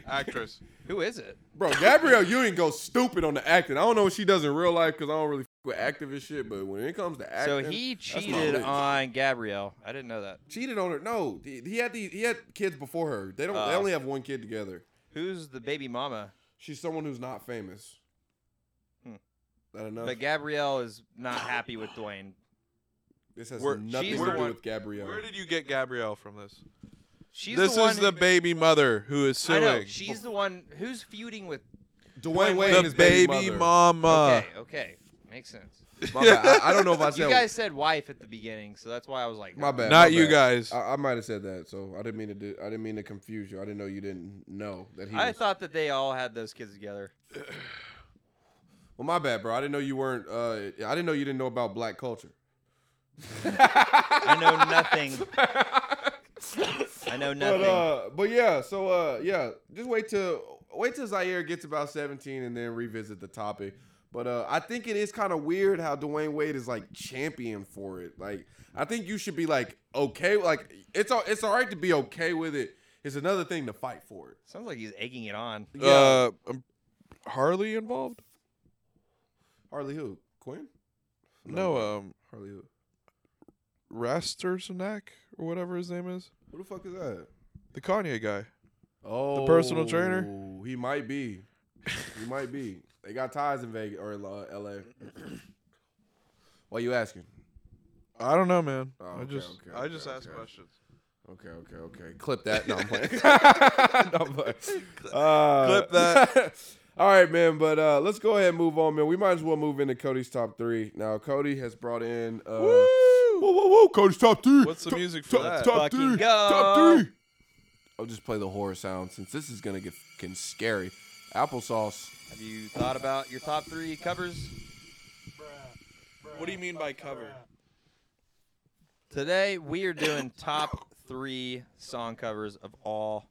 Speaker 3: Actress.
Speaker 4: Who is it?
Speaker 1: Bro, Gabrielle Union goes stupid on the acting. I don't know what she does in real life because I don't really f- with activist shit, but when it comes to acting.
Speaker 4: so he
Speaker 1: my
Speaker 4: cheated
Speaker 1: list.
Speaker 4: on Gabrielle. I didn't know that.
Speaker 1: Cheated on her. No, he he had the, he had kids before her. They don't. they
Speaker 4: Oh.
Speaker 1: only have one kid together.
Speaker 4: Who's the baby mama?
Speaker 1: She's someone who's not famous.
Speaker 4: Hmm.
Speaker 1: That enough.
Speaker 4: But Gabrielle is not happy with Dwayne.
Speaker 1: this has
Speaker 3: We're-
Speaker 1: nothing
Speaker 4: she's
Speaker 1: to
Speaker 4: the
Speaker 1: do
Speaker 3: one-
Speaker 1: with Gabrielle.
Speaker 3: Where did you get Gabrielle from this?
Speaker 4: She's
Speaker 3: this
Speaker 4: the one
Speaker 3: is the baby mother who is
Speaker 4: I
Speaker 3: suing.
Speaker 4: know. She's the one who's feuding with.
Speaker 1: Dwayne Wade
Speaker 3: the
Speaker 1: and his
Speaker 3: baby,
Speaker 1: baby, mother.
Speaker 3: mama.
Speaker 4: okay. Okay. Makes sense.
Speaker 1: Uh, My bad. I, I don't know if I said.
Speaker 4: You guys said wife at the beginning, so that's why I was like,
Speaker 1: my
Speaker 4: oh.
Speaker 1: bad.
Speaker 3: Not
Speaker 1: my
Speaker 3: you
Speaker 1: bad.
Speaker 3: guys.
Speaker 1: I, I might have said that, so I didn't mean to. Do, I didn't mean to confuse you. I didn't know you didn't know that he.
Speaker 4: I
Speaker 1: was-
Speaker 4: thought that they all had those kids together.
Speaker 1: Well, my bad, bro. I didn't know you weren't. Uh, I didn't know you didn't know about black culture.
Speaker 4: I know nothing. I know nothing.
Speaker 1: But uh, but yeah. So uh, yeah. Just wait till wait till Zaire gets about seventeen, and then revisit the topic. But uh, I think it is kind of weird how Dwayne Wade is like champion for it. Like I think you should be like okay, like it's all it's all right to be okay with it. It's another thing to fight for it.
Speaker 4: Sounds like he's egging it on.
Speaker 1: Yeah.
Speaker 3: Uh, um, Harley involved?
Speaker 1: Harley who? Quinn?
Speaker 3: No, um,
Speaker 1: Harley who?
Speaker 3: Rastersanak or whatever his name is,
Speaker 1: Who the fuck is that?
Speaker 3: the Kanye guy.
Speaker 1: Oh,
Speaker 3: personal trainer?
Speaker 1: He might be. He might be. They got ties in Vegas or in uh, L.A. Why you asking?
Speaker 3: I don't know, man.
Speaker 1: Oh,
Speaker 3: I
Speaker 1: okay,
Speaker 3: just,
Speaker 1: okay,
Speaker 3: I
Speaker 1: okay,
Speaker 3: just asked
Speaker 1: okay.
Speaker 3: questions.
Speaker 1: Okay, okay, okay. Clip that. No, I'm playing. no, I'm playing. Uh,
Speaker 3: clip that.
Speaker 1: All right, man. But uh, let's go ahead and move on, man. We might as well move into Cody's top three. Now, Cody has brought in. Uh, woo! Whoa, whoa, whoa! Cody's top three.
Speaker 3: What's the
Speaker 1: Top-
Speaker 3: music for
Speaker 1: top,
Speaker 3: that?
Speaker 1: Top
Speaker 4: Fucking
Speaker 1: three.
Speaker 4: go.
Speaker 1: Top three. I'll just play the horror sound since this is gonna get fucking scary. Applesauce.
Speaker 4: Have you thought about your top three covers?
Speaker 3: What do you mean by cover?
Speaker 4: Today we are doing top three song covers of all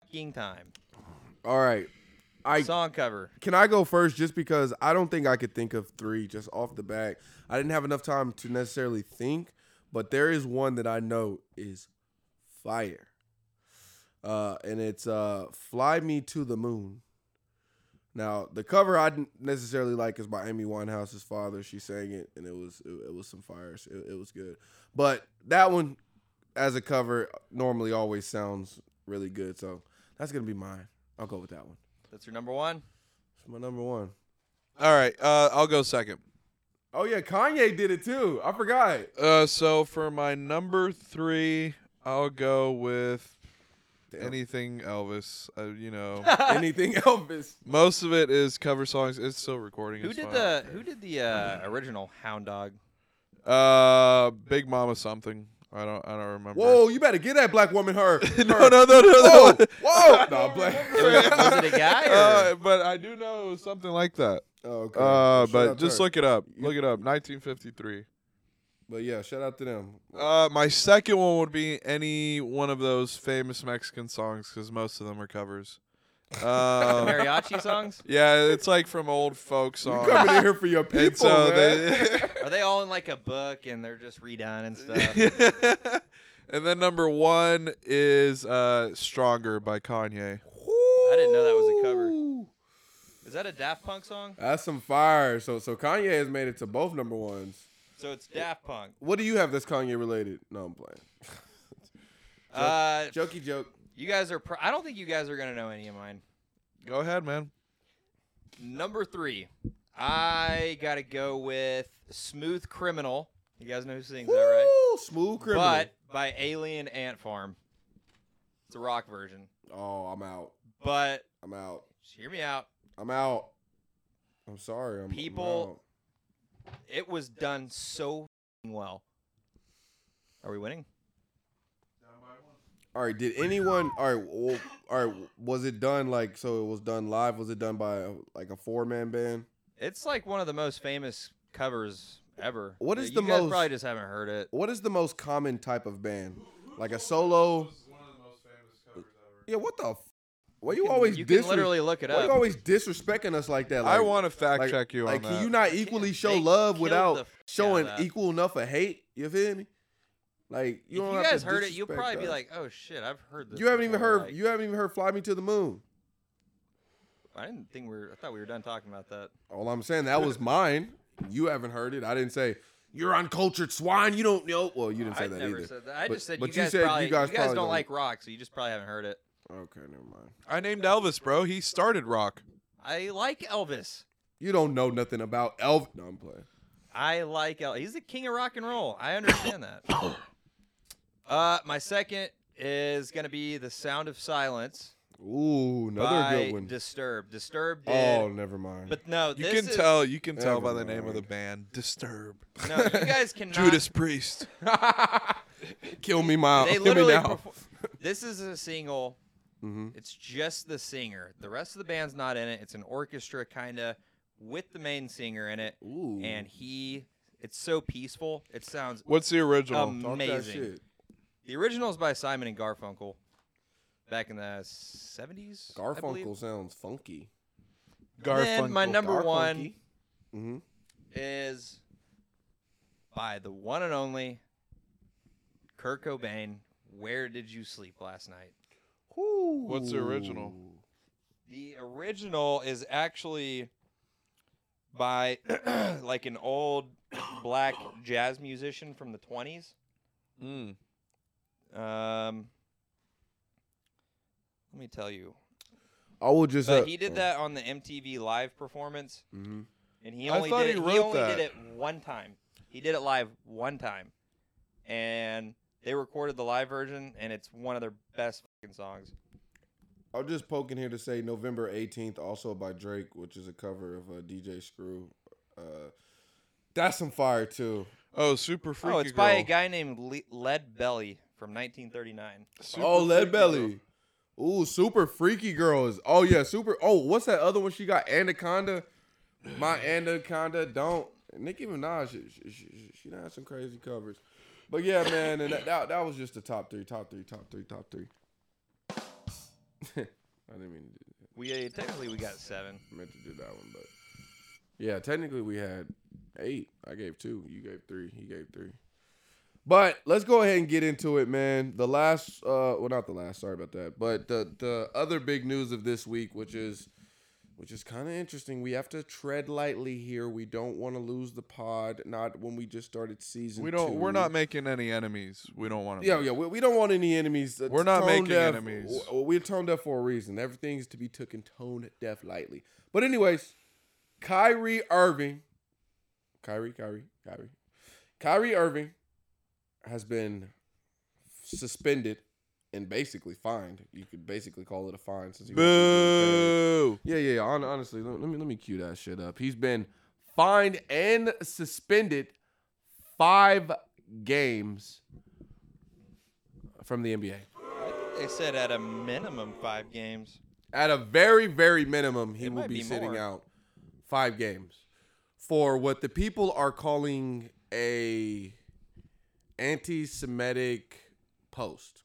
Speaker 4: fucking time.
Speaker 1: All right. I
Speaker 4: Song cover.
Speaker 1: can I go first just because I don't think I could think of three just off the bat. I didn't have enough time to necessarily think, but there is one that I know is fire. Uh, and it's uh, Fly Me to the Moon. Now, the cover I didn't necessarily like is by Amy Winehouse's father. She sang it and it was it, it was some fires. It, it was good. But that one as a cover normally always sounds really good. So that's going to be mine. I'll go with that one.
Speaker 4: That's your number one.
Speaker 1: It's my number one.
Speaker 3: All right, uh, I'll go second.
Speaker 1: Oh yeah, Kanye did it too. I forgot.
Speaker 3: Uh, so for my number three, I'll go with anything Elvis. Uh, you know,
Speaker 1: Anything Elvis?
Speaker 3: most of it is cover songs. It's still recording.
Speaker 4: Who
Speaker 3: it's
Speaker 4: did
Speaker 3: fine.
Speaker 4: the Who did the uh, original Hound Dog?
Speaker 3: Uh, Big Mama something. I don't. I don't remember.
Speaker 1: Whoa, you better give that black woman her. her.
Speaker 3: no, no, no, no,
Speaker 1: Whoa,
Speaker 3: no.
Speaker 1: whoa. no, black.
Speaker 4: It was, was it a guy? Or?
Speaker 3: Uh, but I do know it was something like that.
Speaker 1: Oh, okay.
Speaker 3: Uh,
Speaker 1: Shout
Speaker 3: but
Speaker 1: out
Speaker 3: just
Speaker 1: to her.
Speaker 3: look it up. Look it up. 1953.
Speaker 1: But yeah, shout out to them.
Speaker 3: Uh, my second one would be any one of those famous Mexican songs because most of them are covers.
Speaker 4: the
Speaker 1: Uh,
Speaker 3: Um,
Speaker 4: mariachi songs?
Speaker 3: yeah, it's like from old folk
Speaker 1: You
Speaker 3: songs.
Speaker 1: coming in here for your
Speaker 3: And
Speaker 1: people,
Speaker 3: so
Speaker 1: man.
Speaker 3: they,
Speaker 4: Are they all in like a book and they're just redone and stuff?
Speaker 3: and then number one is uh, "Stronger" by Kanye.
Speaker 4: I didn't know that was a cover.
Speaker 1: Ooh.
Speaker 4: Is that a Daft Punk song?
Speaker 1: That's some fire. So, so Kanye has made it to both number ones.
Speaker 4: So it's Daft Punk.
Speaker 1: What do you have that's Kanye related? No, I'm playing.
Speaker 4: Uh,
Speaker 1: Jokey joke.
Speaker 4: you guys are. Pro- I don't think you guys are gonna know any of mine.
Speaker 3: Go ahead, man.
Speaker 4: Number three, I gotta go with Smooth Criminal. You guys know who sings that, right?
Speaker 1: Ooh, smooth criminal.
Speaker 4: But by Alien Ant Farm. It's a rock version.
Speaker 1: oh, I'm out.
Speaker 4: But
Speaker 1: I'm out.
Speaker 4: just hear me out.
Speaker 1: I'm out. I'm sorry. I'm, I'm
Speaker 4: People-
Speaker 1: out.
Speaker 4: It was done so f***ing well. Are we winning?
Speaker 1: All right. Did anyone? All right. Well, all right. Was it done like so? It was done live. Was it done by a, like a four man band?
Speaker 4: It's like one of the most famous covers ever.
Speaker 1: What
Speaker 4: Uh,
Speaker 1: is
Speaker 4: you
Speaker 1: the
Speaker 4: guys
Speaker 1: most-
Speaker 4: Probably just haven't heard it.
Speaker 1: What is the most common type of band? Like a solo. Yeah. What the? F- why you,
Speaker 4: can-
Speaker 1: always?
Speaker 4: you
Speaker 1: disres-
Speaker 4: can literally look it
Speaker 1: Why
Speaker 4: up.
Speaker 1: you always disrespecting us like that? Like,
Speaker 3: I want to fact
Speaker 1: like-
Speaker 3: check you on
Speaker 1: Like,
Speaker 3: that.
Speaker 1: can you not equally
Speaker 4: can't.
Speaker 1: show
Speaker 4: They
Speaker 1: love
Speaker 4: killed the
Speaker 1: without
Speaker 4: f- out of
Speaker 1: showing
Speaker 4: that.
Speaker 1: equal enough of hate? You feel me? Like you
Speaker 4: if
Speaker 1: don't
Speaker 4: you
Speaker 1: have
Speaker 4: guys
Speaker 1: to
Speaker 4: heard it, you'll
Speaker 1: disrespect
Speaker 4: probably be
Speaker 1: us.
Speaker 4: like, "Oh shit, I've heard this."
Speaker 1: you haven't even
Speaker 4: before,"
Speaker 1: heard.
Speaker 4: like-
Speaker 1: you haven't even heard "Fly Me to the Moon."
Speaker 4: I didn't think we were. I thought we were done talking about that.
Speaker 1: All I'm saying that was mine. You haven't heard it. I didn't say you're uncultured swine. You don't know. Well, you didn't say
Speaker 4: I
Speaker 1: that
Speaker 4: never
Speaker 1: either.
Speaker 4: said that. I
Speaker 1: But-
Speaker 4: just said
Speaker 1: but
Speaker 4: you
Speaker 1: you
Speaker 4: guys
Speaker 1: said you
Speaker 4: probably you
Speaker 1: guys
Speaker 4: guys,
Speaker 1: probably
Speaker 4: don't,
Speaker 1: don't-
Speaker 4: like rock, so you just probably haven't heard it.
Speaker 1: Okay, never mind.
Speaker 3: I named Elvis, bro. He started rock.
Speaker 4: I like Elvis.
Speaker 1: You don't know nothing about Elvis. No, I'm playing.
Speaker 4: I like Elvis. He's the king of rock and roll. I understand that. Uh, my second is gonna be "The Sound of Silence"
Speaker 1: Ooh, another
Speaker 4: by
Speaker 1: good one.
Speaker 4: Disturbed. Disturbed. Did,
Speaker 1: oh, never mind.
Speaker 4: but no,
Speaker 3: You
Speaker 4: this
Speaker 3: can
Speaker 4: is,
Speaker 3: tell. You can
Speaker 1: Never
Speaker 3: tell by the name of the
Speaker 1: mind.
Speaker 3: band, Disturb.
Speaker 4: No, you guys cannot.
Speaker 3: Judas Priest.
Speaker 1: kill me, mom.
Speaker 4: They
Speaker 1: Kill me
Speaker 4: literally.
Speaker 1: now.
Speaker 4: perfor- this is a single.
Speaker 3: Mm-hmm.
Speaker 1: Mhm.
Speaker 4: It's just the singer. The rest of the band's not in it. It's an orchestra kind of with the main singer in it,
Speaker 1: Ooh,
Speaker 4: and he. It's so peaceful. It sounds
Speaker 3: What's the original?
Speaker 4: Um,
Speaker 1: talk that
Speaker 4: amazing.
Speaker 1: shit.
Speaker 4: The original is by Simon and Garfunkel, back in the seventies.
Speaker 1: Garfunkel sounds funky.
Speaker 4: Then my
Speaker 3: Garfunkel.
Speaker 4: number one
Speaker 2: Garfunkel.
Speaker 1: Mhm.
Speaker 4: is by the one and only Kurt Cobain. Where did you sleep last night?
Speaker 3: What's the original?
Speaker 4: The original is actually by like an old black jazz musician from the 20s.
Speaker 3: Mm.
Speaker 4: Um, let me tell you.
Speaker 1: I will just.
Speaker 4: But
Speaker 1: uh,
Speaker 4: he did that on the MTV live performance,
Speaker 1: Mhm.
Speaker 4: and he
Speaker 3: I
Speaker 4: only
Speaker 3: thought
Speaker 4: did
Speaker 3: he
Speaker 4: it, he,
Speaker 3: wrote
Speaker 4: only
Speaker 3: that.
Speaker 4: did it one time. He did it live one time, and they recorded the live version, and it's one of their best fucking songs.
Speaker 1: I'll just poke in here to say November 18th, also by Drake, which is a cover of uh, DJ Screw. Uh, that's some fire too.
Speaker 3: Oh, super freaky.
Speaker 4: oh, it's by a
Speaker 3: Girl.
Speaker 4: guy named Le- Lead Belly from 1939.
Speaker 3: Super
Speaker 1: oh,
Speaker 3: Freaky
Speaker 1: Lead
Speaker 3: Girl.
Speaker 1: Belly. Ooh, super freaky girls. Oh yeah, super. Oh, what's that other one she got? Anaconda. My anaconda don't. Nicki Minaj, she, she, she, she done had some crazy covers. But yeah, man, and that, that, that was just the top three, top three, top three, top three. I didn't mean to do that.
Speaker 4: We uh, technically we got seven.
Speaker 1: meant to do that one, but yeah, technically we had eight. I gave two. You gave three. He gave three. But let's go ahead and get into it, man. The last, uh, well, not the last. Sorry about that. But the the other big news of this week, which is, which is kind of interesting. We have to tread lightly here. We don't want to lose the pod. Not when we just started season.
Speaker 3: We don't.
Speaker 1: Two.
Speaker 3: We're not making any enemies. We don't want to.
Speaker 1: Yeah, yeah. We, we don't want any enemies. Uh,
Speaker 3: We're not
Speaker 1: tone
Speaker 3: making
Speaker 1: deaf-
Speaker 3: enemies.
Speaker 1: w- w- We're tone deaf for a reason. Everything's to be taken tone deaf lightly. But anyways, Kyrie Irving, Kyrie, Kyrie, Kyrie, Kyrie Irving has been suspended and basically fined. You could basically call it a fine since he. wasn't even a fan.
Speaker 3: Boo!
Speaker 1: Yeah, yeah. yeah. Hon- honestly, let, let me let me cue that shit up. He's been fined and suspended five games from the NBA.
Speaker 4: I think they said at a minimum five games.
Speaker 1: At a very, very minimum, he
Speaker 4: It
Speaker 1: will
Speaker 4: might
Speaker 1: be,
Speaker 4: be
Speaker 1: sitting
Speaker 4: more.
Speaker 1: out five games for what the people are calling a anti-Semitic post.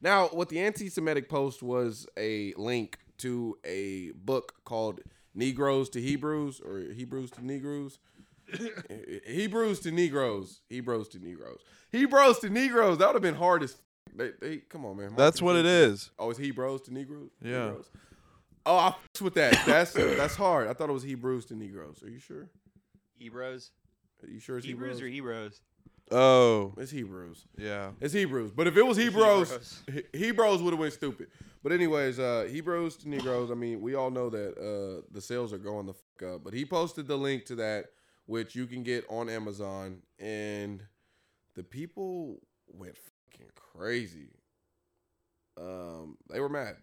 Speaker 1: Now, what the anti-Semitic post was a link to a book called Negroes to Hebrews or Hebrews to Negroes. Hebrews to Negroes. Hebrews to Negroes. Hebrews to Negroes. That would have been hard as. f- They, they, come on, man.
Speaker 3: That's what it
Speaker 1: Marketing.
Speaker 3: is.
Speaker 1: Oh, it's Hebrews to Negroes.
Speaker 3: Yeah.
Speaker 1: Negroes. Oh, I f- with that. That's that's hard. I thought it was Hebrews to Negroes. Are you sure?
Speaker 4: Hebrews,
Speaker 1: Are you sure it's Hebrews?
Speaker 4: Hebrews or Hebrews?
Speaker 3: Oh,
Speaker 1: it's Hebrews.
Speaker 3: yeah.
Speaker 1: It's Hebrews. But if it was Hebrews, He- Hebrews would have went stupid. But anyways, uh, Hebrews to Negroes. I mean, we all know that uh, the sales are going the fuck up. But he posted the link to that, which you can get on Amazon, and the people went fucking crazy. Um, they were mad.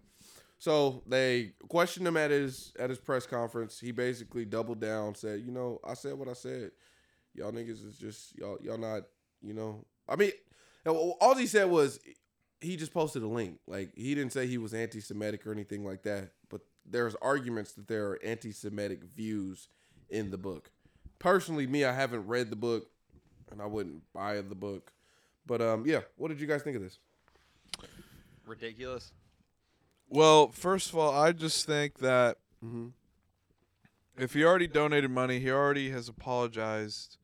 Speaker 1: So they questioned him at his at his press conference. He basically doubled down, said, "You know, I said what I said. Y'all niggas is just y'all y'all not. You know, I mean." All he said was he just posted a link. Like he didn't say he was anti-Semitic or anything like that. But there's arguments that there are anti-Semitic views in the book. Personally, me, I haven't read the book, and I wouldn't buy the book. But um, yeah. What did you guys think of this?
Speaker 4: Ridiculous.
Speaker 3: Well, first of all, I just think that
Speaker 1: Mm-hmm.
Speaker 3: if he already donated money, he already has apologized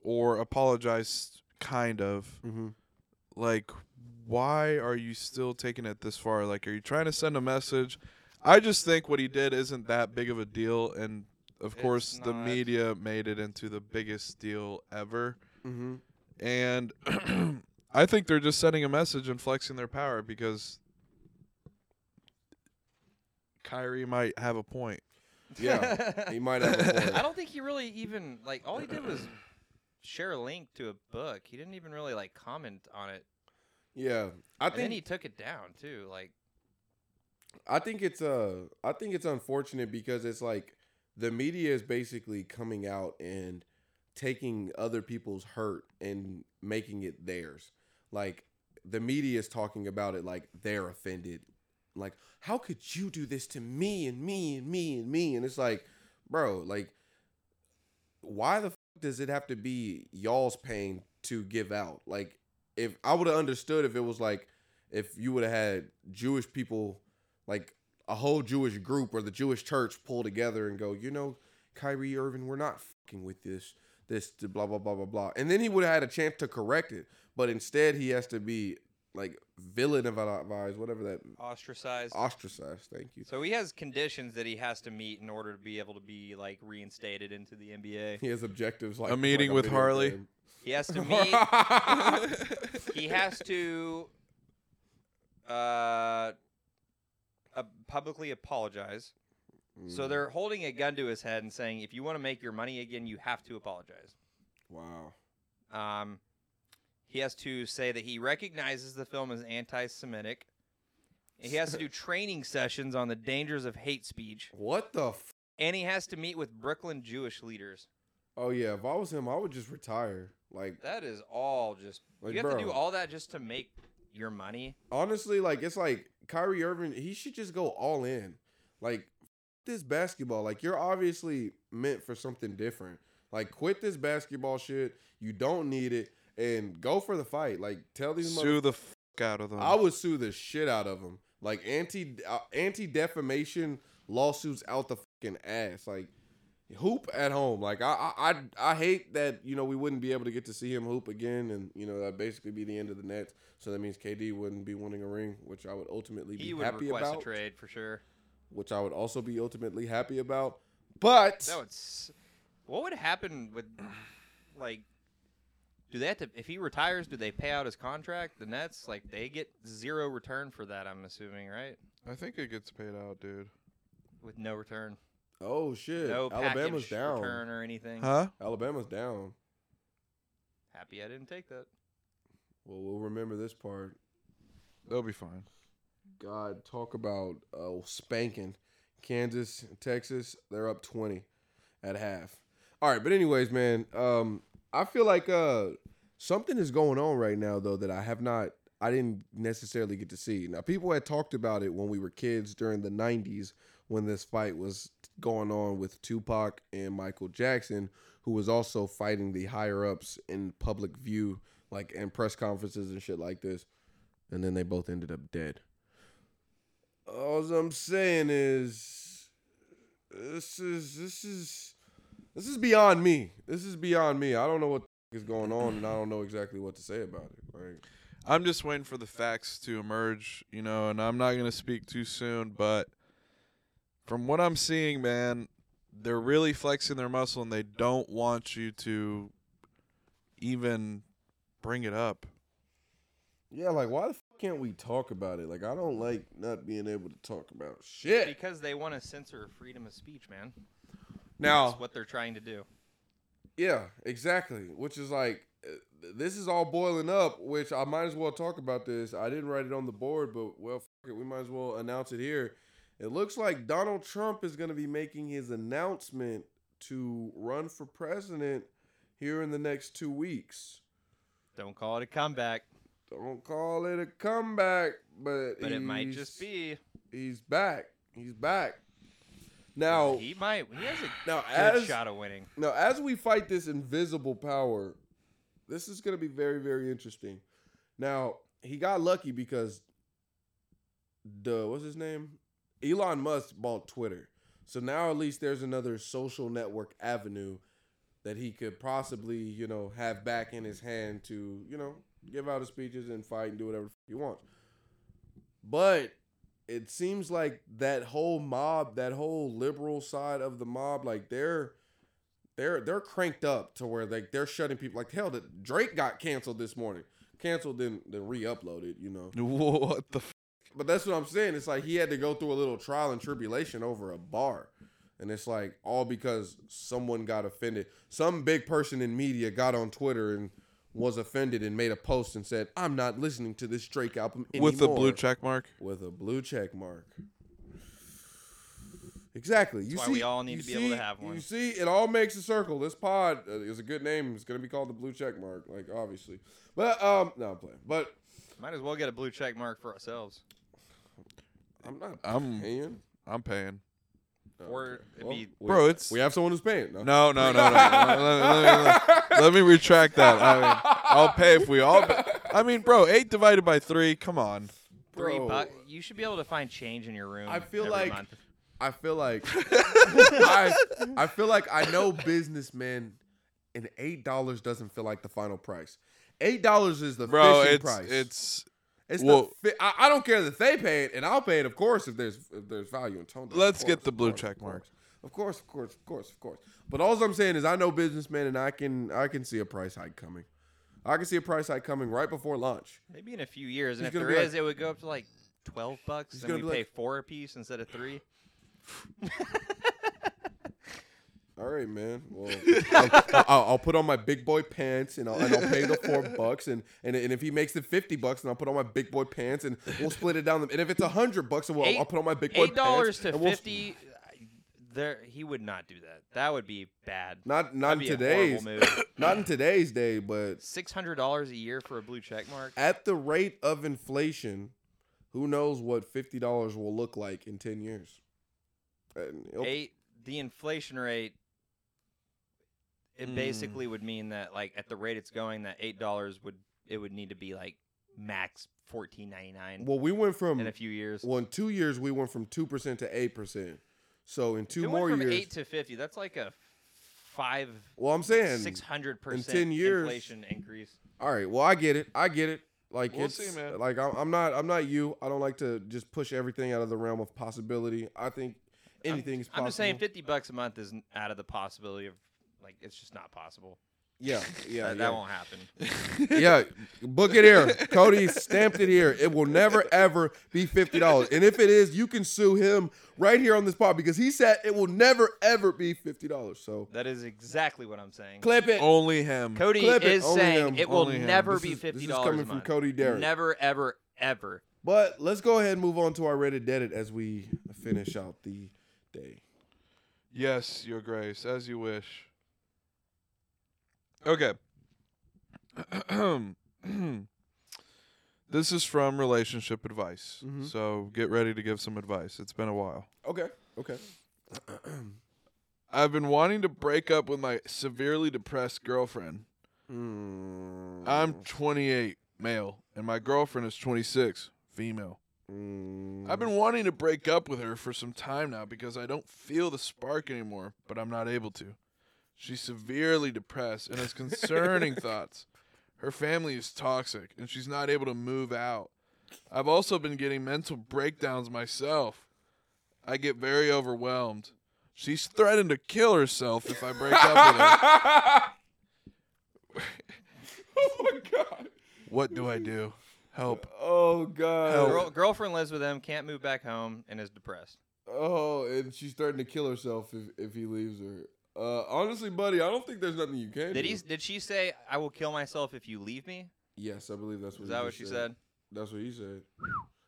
Speaker 3: or apologized kind of.
Speaker 1: Mm-hmm.
Speaker 3: Like why are you still taking it this far? Like are you trying to send a message? I just think what he did isn't that big of a deal and of
Speaker 4: It's
Speaker 3: course the
Speaker 4: not.
Speaker 3: media made it into the biggest deal ever.
Speaker 1: Mm-hmm.
Speaker 3: And I think they're just sending a message and flexing their power because Kyrie might have a point.
Speaker 1: Yeah, He might have. A
Speaker 4: I
Speaker 1: point.
Speaker 4: don't think he really even like all he did was share a link to a book. He didn't even really like comment on it.
Speaker 1: Yeah, I
Speaker 4: and then
Speaker 1: think
Speaker 4: he took it down too. Like
Speaker 1: I think it's uh I think it's unfortunate because it's like the media is basically coming out and taking other people's hurt and making it theirs. Like the media is talking about it like they're offended. Like how could you do this to me and me and me and me and it's like bro, like why the f- does it have to be y'all's pain to give out? Like if I would have understood if it was like if you would have had Jewish people like a whole Jewish group or the Jewish church pull together and go, you know, Kyrie Irving, we're not fucking with this, this, th- blah, blah, blah, blah, blah. And then he would have had a chance to correct it. But instead, he has to be like villain of whatever that
Speaker 4: Ostracized.
Speaker 1: ostracized. Thank you.
Speaker 4: So he has conditions that he has to meet in order to be able to be like reinstated into the NBA.
Speaker 1: He has objectives like
Speaker 3: A meeting
Speaker 1: like
Speaker 3: with
Speaker 1: video
Speaker 3: Harley.
Speaker 1: game.
Speaker 4: He has to meet. he has to uh, uh, publicly apologize.
Speaker 1: Mm.
Speaker 4: So they're holding a gun to his head and saying, "If you want to make your money again, you have to apologize."
Speaker 1: wow.
Speaker 4: Um, he has to say that he recognizes the film as anti-Semitic. He has to do training sessions on the dangers of hate speech,
Speaker 1: What the? F-
Speaker 4: and he has to meet with Brooklyn Jewish leaders.
Speaker 1: oh yeah. If I was him, I would just retire. Like
Speaker 4: That is all just
Speaker 1: Like,
Speaker 4: you have to do
Speaker 1: bro.
Speaker 4: all that just to make your money.
Speaker 1: honestly, like it's like Kyrie Irving, he should just go all in. Like f- this basketball, like you're obviously meant for something different. Like quit this basketball shit. You don't need it, and go for the fight. Like tell these
Speaker 3: Sue the fuck out of them.
Speaker 1: I would sue the shit out of him. Like anti uh, anti defamation lawsuits out the fucking ass. Like hoop at home. Like I, I I I hate that you know we wouldn't be able to get to see him hoop again, and you know that'd basically be the end of the Nets. So that means KD wouldn't be winning a ring, which I would ultimately be
Speaker 4: He would
Speaker 1: happy
Speaker 4: request
Speaker 1: about.
Speaker 4: a trade for sure.
Speaker 1: Which I would also be ultimately happy about. But
Speaker 4: That would. S- what would happen with, like, do they have to? If he retires, do they pay out his contract? The Nets, like, they get zero return for that. I'm assuming, right?
Speaker 3: I think it gets paid out, dude.
Speaker 4: With no return,
Speaker 1: oh shit,
Speaker 4: no
Speaker 1: Alabama's
Speaker 4: package
Speaker 1: down.
Speaker 4: return or anything.
Speaker 3: Huh?
Speaker 1: Alabama's down.
Speaker 4: Happy I didn't take that.
Speaker 1: Well, we'll remember this part.
Speaker 3: They'll be fine.
Speaker 1: God, talk about uh, spanking. Kansas, Texas, they're up 20 at half. All right, but anyways, man, um, I feel like uh, something is going on right now though that I have not, I didn't necessarily get to see. Now, people had talked about it when we were kids during the 90s when this fight was going on with Tupac and Michael Jackson, who was also fighting the higher ups in public view, like in press conferences and shit like this. And then they both ended up dead. All I'm saying is, this is this is this is beyond me. This is beyond me. I don't know what the f- is going on, and I don't know exactly what to say about it. Like,
Speaker 3: I'm just waiting for the facts to emerge, you know, and I'm not going to speak too soon, but from what I'm seeing, man, they're really flexing their muscle and they don't want you to even bring it up.
Speaker 1: yeah, like why the f- can't we talk about it? Like, I don't like not being able to talk about shit.
Speaker 4: Because they want to censor freedom of speech, man. That's
Speaker 1: Now,
Speaker 4: what they're trying to do.
Speaker 1: yeah, exactly. Which is like, uh, this is all boiling up. Which I might as well talk about this. I didn't write it on the board, but well, f- it, we might as well announce it here. It looks like Donald Trump is going to be making his announcement to run for president here in the next two weeks.
Speaker 4: Don't call it a comeback,
Speaker 1: Don't call it a comeback, but
Speaker 4: but it might
Speaker 1: he's-
Speaker 4: just be.
Speaker 1: he's back. He's back. Now,
Speaker 4: he might. He has a
Speaker 1: now
Speaker 4: good
Speaker 1: as
Speaker 4: shot of winning.
Speaker 1: now as we fight this invisible power, this is going to be very very interesting. Now he got lucky because the what's his name, Elon Musk bought Twitter, so now at least there's another social network avenue that he could possibly you know have back in his hand to you know give out his speeches and fight and do whatever the f- he wants. But it seems like that whole mob, that whole liberal side of the mob, like they're they're they're cranked up to where like they're shutting people like hell that Drake got canceled this morning. Canceled then then re-uploaded, you know.
Speaker 3: What the
Speaker 1: But that's what I'm saying. It's like he had to go through a little trial and tribulation over a bar. And it's like all because someone got offended. Some big person in media got on Twitter and was offended and made a post and said, "I'm not listening to this Drake album anymore."
Speaker 3: With the blue check mark?
Speaker 1: with a blue check mark. Exactly. You
Speaker 4: why
Speaker 1: see,
Speaker 4: we all need
Speaker 1: you
Speaker 4: to be able to
Speaker 1: see-
Speaker 4: have one.
Speaker 1: You see, it all makes a circle. This pod uh, is a good name. It's gonna be called the blue check mark, like obviously. But um, no, I'm playing. But
Speaker 4: Might as well get a blue check mark for ourselves.
Speaker 1: I'm not
Speaker 3: I'm
Speaker 1: paying.
Speaker 3: I'm paying.
Speaker 1: No,
Speaker 4: Or
Speaker 1: Oh, okay.
Speaker 4: it'd
Speaker 1: Well,
Speaker 4: be-
Speaker 1: we-
Speaker 3: Bro, it's
Speaker 1: we have someone who's paying. No.
Speaker 3: No, no, no, no. no. Let, me, let me- let me retract that. I mean, I'll pay if we all. Pay. I mean, bro, eight divided by three. Come on,
Speaker 4: Three
Speaker 1: Bro,
Speaker 4: bucks. You you should be able to find change in your room.
Speaker 1: I feel
Speaker 4: every
Speaker 1: like-
Speaker 4: month.
Speaker 1: I feel like I, I feel like I know businessmen, and eight dollars doesn't feel like the final price. Eight dollars is the
Speaker 3: bro.
Speaker 1: fishing
Speaker 3: It's
Speaker 1: price.
Speaker 3: it's
Speaker 1: it's
Speaker 3: well-
Speaker 1: the fi- I, I don't care that they pay it, and I'll pay it, of course, if there's if there's value in tone.
Speaker 3: Let's
Speaker 1: Of
Speaker 3: get
Speaker 1: course,
Speaker 3: the
Speaker 1: of
Speaker 3: blue
Speaker 1: course,
Speaker 3: check
Speaker 1: of
Speaker 3: mark.
Speaker 1: course. Of course, of course, of course, of course. But all I'm saying is I know businessmen, and I can I can see a price hike coming. I can see a price hike coming right before lunch.
Speaker 4: Maybe in a few years, and
Speaker 1: He's
Speaker 4: if
Speaker 1: gonna
Speaker 4: there
Speaker 1: be like-
Speaker 4: is, it would go up to like twelve bucks,
Speaker 1: He's
Speaker 4: and we
Speaker 1: gonna
Speaker 4: pay
Speaker 1: be like-
Speaker 4: four a piece instead of three.
Speaker 1: All right, man. Well, I'll, I'll, I'll put on my big boy pants and I'll, and I'll pay the four bucks. And, and and if he makes it fifty bucks, then I'll put on my big boy pants and we'll split it down. The, and if it's a hundred bucks, then we'll,
Speaker 4: Eight-
Speaker 1: Oh, I'll put on my big boy
Speaker 4: Eight
Speaker 1: pants.
Speaker 4: dollars to
Speaker 1: and we'll-
Speaker 4: fifty. I- There, he would not do that. That would be bad.
Speaker 1: Not not
Speaker 4: That'd
Speaker 1: in
Speaker 4: be a horrible
Speaker 1: today's
Speaker 4: move.
Speaker 1: not in today's day, but
Speaker 4: Six hundred dollars a year for a blue check mark.
Speaker 1: at the rate of inflation, who knows what fifty dollars will look like in ten years? And it'll-
Speaker 4: Eight. The inflation rate. It
Speaker 3: Mm.
Speaker 4: basically would mean that, like, at the rate it's going, that eight dollars would it would need to be like max fourteen ninety nine
Speaker 1: well, we went from
Speaker 4: in a few years.
Speaker 1: well in two years we went from two percent to eight percent. So in two
Speaker 4: It
Speaker 1: more
Speaker 4: went from
Speaker 1: years,
Speaker 4: eight to fifty. That's like a five,
Speaker 1: well, I'm saying
Speaker 4: six hundred
Speaker 1: in 10
Speaker 4: percent
Speaker 1: years-
Speaker 4: inflation increase.
Speaker 1: All right. Well, I get it. I get it. Like
Speaker 3: We'll
Speaker 1: it's
Speaker 3: see, man.
Speaker 1: like I'm, I'm not I'm not you. I don't like to just push everything out of the realm of possibility. I think anything is possible.
Speaker 4: I'm just saying, fifty bucks a month is n- out of the possibility of, like, it's just not possible.
Speaker 1: Yeah, yeah,
Speaker 4: that,
Speaker 1: yeah.
Speaker 4: that won't happen.
Speaker 1: yeah. Book it here. Cody stamped it here. It will never ever be fifty dollars. And if it is, you can sue him right here on this pod because he said it will never ever be fifty dollars. So
Speaker 4: That is exactly what I'm saying.
Speaker 1: clip it.
Speaker 3: only him.
Speaker 4: Cody
Speaker 1: clip it,
Speaker 4: is
Speaker 1: only
Speaker 4: saying
Speaker 1: him,
Speaker 4: it will
Speaker 3: only him.
Speaker 4: never
Speaker 1: This
Speaker 4: be
Speaker 1: is- this
Speaker 4: fifty
Speaker 1: is
Speaker 4: dollars.
Speaker 1: coming from Cody Derrick.
Speaker 4: Never, ever, ever.
Speaker 1: But let's go ahead and move on to our Reddit edit as we finish out the day.
Speaker 3: Yes, Your Grace, as you wish. Okay. this is from Relationship Advice.
Speaker 1: Mhm.
Speaker 3: So get ready to give some advice. It's been a while.
Speaker 1: Okay. Okay.
Speaker 3: I've been wanting to break up with my severely depressed girlfriend.
Speaker 1: Mm.
Speaker 3: I'm 28, male, and my girlfriend is 26, female.
Speaker 1: Mm.
Speaker 3: I've been wanting to break up with her for some time now because I don't feel the spark anymore, but I'm not able to. She's severely depressed and has concerning thoughts. Her family is toxic and she's not able to move out. I've also been getting mental breakdowns myself. I get very overwhelmed. She's threatened to kill herself if I break up with her.
Speaker 1: oh my god.
Speaker 3: What do I do? Help.
Speaker 1: Oh god.
Speaker 3: Help.
Speaker 4: Girl, girlfriend lives with him, can't move back home, and is depressed.
Speaker 1: Oh, and she's starting to kill herself if, if he leaves her. Uh, honestly, buddy, I don't think there's nothing you can do.
Speaker 4: Did he? Did she say, "I will kill myself if you leave me"?
Speaker 1: Yes, I believe that's what.
Speaker 4: Is
Speaker 1: he
Speaker 4: that what
Speaker 1: just
Speaker 4: she said? Uh,
Speaker 1: That's what he said.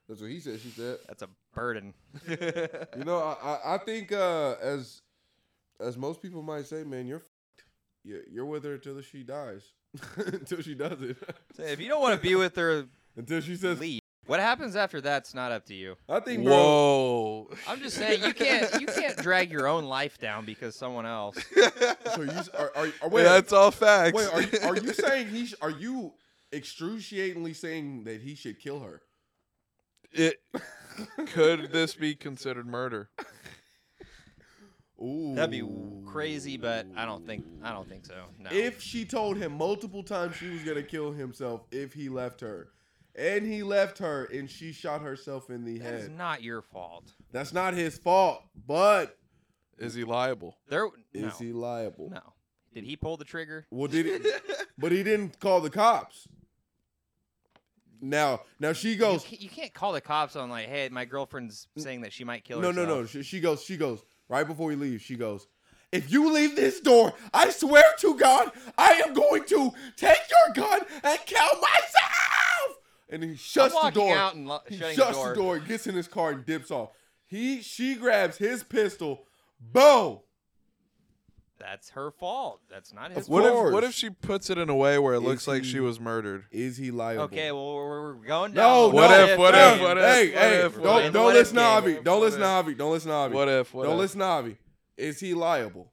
Speaker 1: That's what he said. She said.
Speaker 4: That's a burden.
Speaker 1: You know, I I, I think uh, as as most people might say, man, you're f***ed. You- you're with her until she dies, until she doesn't,
Speaker 4: Say, if you don't want to be with her,
Speaker 1: until she says,
Speaker 4: leave. What happens after that's not up to you.
Speaker 1: I think, bro,
Speaker 3: Whoa.
Speaker 4: I'm just saying you can't you can't drag your own life down because someone else.
Speaker 1: So you are, are, are wait,
Speaker 3: That's all facts.
Speaker 1: wait are, you, are you saying he sh- are you excruciatingly saying that he should kill her?
Speaker 3: It could this be considered murder?
Speaker 1: Ooh,
Speaker 4: That'd be crazy, but I don't think I don't think so. No.
Speaker 1: If she told him multiple times she was gonna kill himself if he left her, and he left her, and she shot herself in the
Speaker 4: that
Speaker 1: head,
Speaker 4: is not your fault.
Speaker 1: that's not his fault. But
Speaker 3: Is he liable?
Speaker 4: There no.
Speaker 1: is he liable?
Speaker 4: no. Did he pull the trigger?
Speaker 1: Well, did he? but he didn't call the cops. Now, now she
Speaker 4: You
Speaker 1: goes.
Speaker 4: ca- You can't call the cops on like, hey, my girlfriend's saying that she might kill
Speaker 1: No,
Speaker 4: herself.
Speaker 1: no, no. She, she goes, she goes, right before we leave, she goes, if you leave this door, I swear to God, I am going to take your gun and kill myself. And he
Speaker 4: I'm
Speaker 1: shuts the
Speaker 4: walking
Speaker 1: door.
Speaker 4: out and lo-
Speaker 1: he
Speaker 4: shutting
Speaker 1: shuts
Speaker 4: the door.
Speaker 1: gets in his car and dips off. He she grabs his pistol, boom.
Speaker 4: That's her fault. That's not his
Speaker 1: Of
Speaker 3: What
Speaker 4: fault.
Speaker 3: if what
Speaker 1: course.
Speaker 3: if she puts it in a way where it
Speaker 1: Is
Speaker 3: looks like
Speaker 1: he-
Speaker 3: she was murdered?
Speaker 1: Is he liable?
Speaker 4: Okay, well we're, we're going down.
Speaker 1: No,
Speaker 4: the
Speaker 3: What
Speaker 1: no,
Speaker 3: if, what
Speaker 1: no.
Speaker 4: lane.
Speaker 3: if, what if?
Speaker 1: hey, hey,
Speaker 3: if, what
Speaker 1: don't,
Speaker 4: if,
Speaker 1: don't
Speaker 4: what if
Speaker 1: listen to
Speaker 4: game?
Speaker 1: Avi. Don't
Speaker 3: What
Speaker 1: listen to
Speaker 3: if?
Speaker 1: Avi. Don't listen to Avi.
Speaker 3: What if? What
Speaker 1: Don't
Speaker 3: if?
Speaker 1: listen to Avi. Is he liable?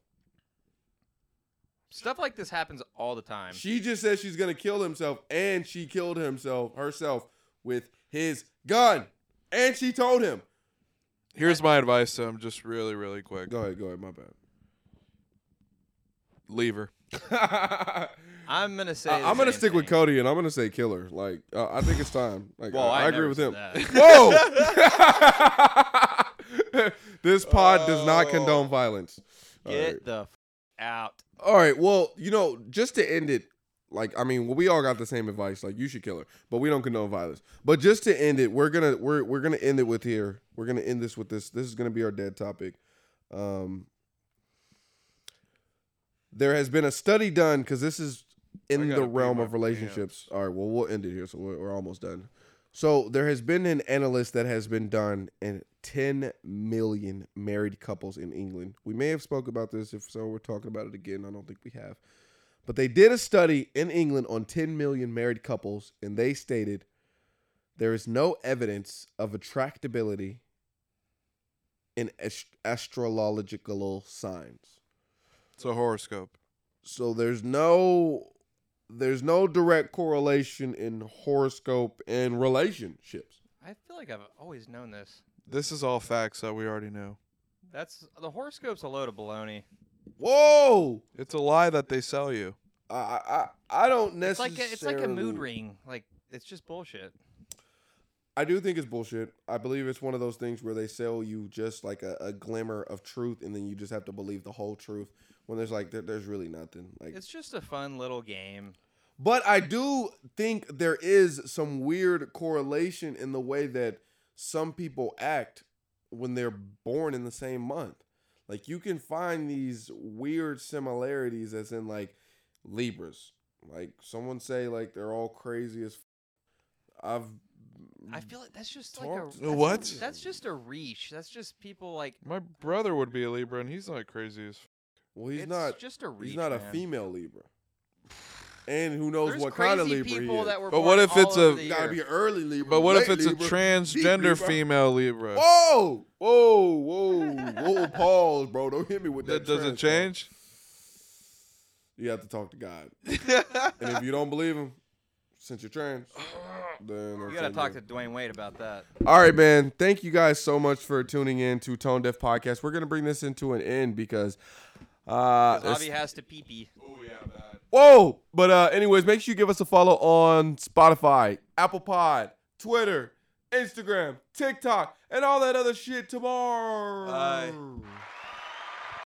Speaker 4: Stuff like this happens all the time.
Speaker 1: She just says she's gonna kill himself, and she killed himself herself with his gun. And she told him.
Speaker 3: Here's my advice to him, just really, really quick.
Speaker 1: Go ahead, go ahead. My bad.
Speaker 3: Leave her.
Speaker 1: I,
Speaker 4: I'm gonna say. the
Speaker 1: am gonna
Speaker 4: same
Speaker 1: stick with
Speaker 4: thing.
Speaker 1: Cody, and I'm gonna say killer. Like uh, I think it's time. Like
Speaker 4: Well,
Speaker 1: I, I
Speaker 4: I
Speaker 1: agree
Speaker 4: never
Speaker 1: with
Speaker 4: said
Speaker 1: him.
Speaker 4: that.
Speaker 1: Whoa! this pod does not
Speaker 3: Oh.
Speaker 1: condone violence. All
Speaker 4: Get
Speaker 1: right.
Speaker 4: the f- out.
Speaker 1: All right. Well, you know, just to end it, like I mean, well, we all got the same advice. Like you should kill her, but we don't condone violence. But just to end it, we're gonna we're we're gonna end it with here. We're gonna end this with this. This is gonna be our dead topic. Um, there has been a study done because this is
Speaker 3: I
Speaker 1: in
Speaker 3: gotta
Speaker 1: the
Speaker 3: pee
Speaker 1: realm
Speaker 3: my
Speaker 1: of relationships. All right. Well, we'll end it here. So we're, we're almost done. So there has been an analyst that has been done in 10 million married couples in England. We may have spoke about this. If so, we're talking about it again. I don't think we have. But they did a study in England on 10 million married couples, and they stated there is no evidence of attractability in ast- astrological signs.
Speaker 3: It's a horoscope.
Speaker 1: So there's no there's no direct correlation in horoscope and relationships.
Speaker 4: I feel like I've always known this.
Speaker 3: This is all facts that we already knew.
Speaker 4: That's the horoscope's a load of baloney.
Speaker 1: Whoa!
Speaker 3: It's a lie that they sell you.
Speaker 1: I I I don't
Speaker 4: It's
Speaker 1: necessarily.
Speaker 4: like a, it's like a mood ring. Like it's just bullshit.
Speaker 1: I do think it's bullshit. I believe it's one of those things where they sell you just like a, a glimmer of truth, and then you just have to believe the whole truth when there's like there, there's really nothing. Like,
Speaker 4: It's just a fun little game.
Speaker 1: but I do think there is some weird correlation in the way that some people act when they're born in the same month. Like you can find these weird similarities, as in like Libras. Like someone say like they're all crazy as. F- I've.
Speaker 4: I feel like that's just
Speaker 1: Talk
Speaker 4: like a
Speaker 1: to
Speaker 4: that's
Speaker 3: me.
Speaker 4: a-
Speaker 3: What?
Speaker 4: that's just a reach. That's just people like.
Speaker 3: My brother would be a Libra, and he's not crazy as. F-
Speaker 1: Well, he's
Speaker 4: it's
Speaker 1: not.
Speaker 4: Just a reach.
Speaker 1: he's not a
Speaker 4: man.
Speaker 1: female Libra. And who knows
Speaker 4: There's
Speaker 1: what
Speaker 4: crazy
Speaker 1: kind of Libra he
Speaker 4: people
Speaker 1: is.
Speaker 4: that were
Speaker 3: But
Speaker 4: born
Speaker 3: what if
Speaker 4: all
Speaker 3: it's
Speaker 4: over
Speaker 3: a-
Speaker 4: the
Speaker 1: You gotta
Speaker 4: year.
Speaker 1: be an early Libra.
Speaker 3: but what if
Speaker 1: late
Speaker 3: it's a
Speaker 1: Libra,
Speaker 3: transgender
Speaker 1: Libra.
Speaker 3: female Libra?
Speaker 1: Whoa, whoa, whoa, whoa, pause, bro. Don't hit me with that.
Speaker 3: that doesn't
Speaker 1: trans talk.
Speaker 3: change.
Speaker 1: You have to talk to God, and if you don't believe him, since you're trans, then
Speaker 4: You gotta talk to Dwayne Wade about that.
Speaker 1: All right, man. Thank you guys so much for tuning in to Tone Deaf Podcast. We're gonna bring this into an end because. Uh,
Speaker 4: 'Cause
Speaker 1: it's-
Speaker 4: Avi has to pee pee.
Speaker 1: Whoa! But uh, anyways, make sure you give us a follow on Spotify, Apple Pod, Twitter, Instagram, TikTok, and all that other shit tomorrow.
Speaker 3: Bye.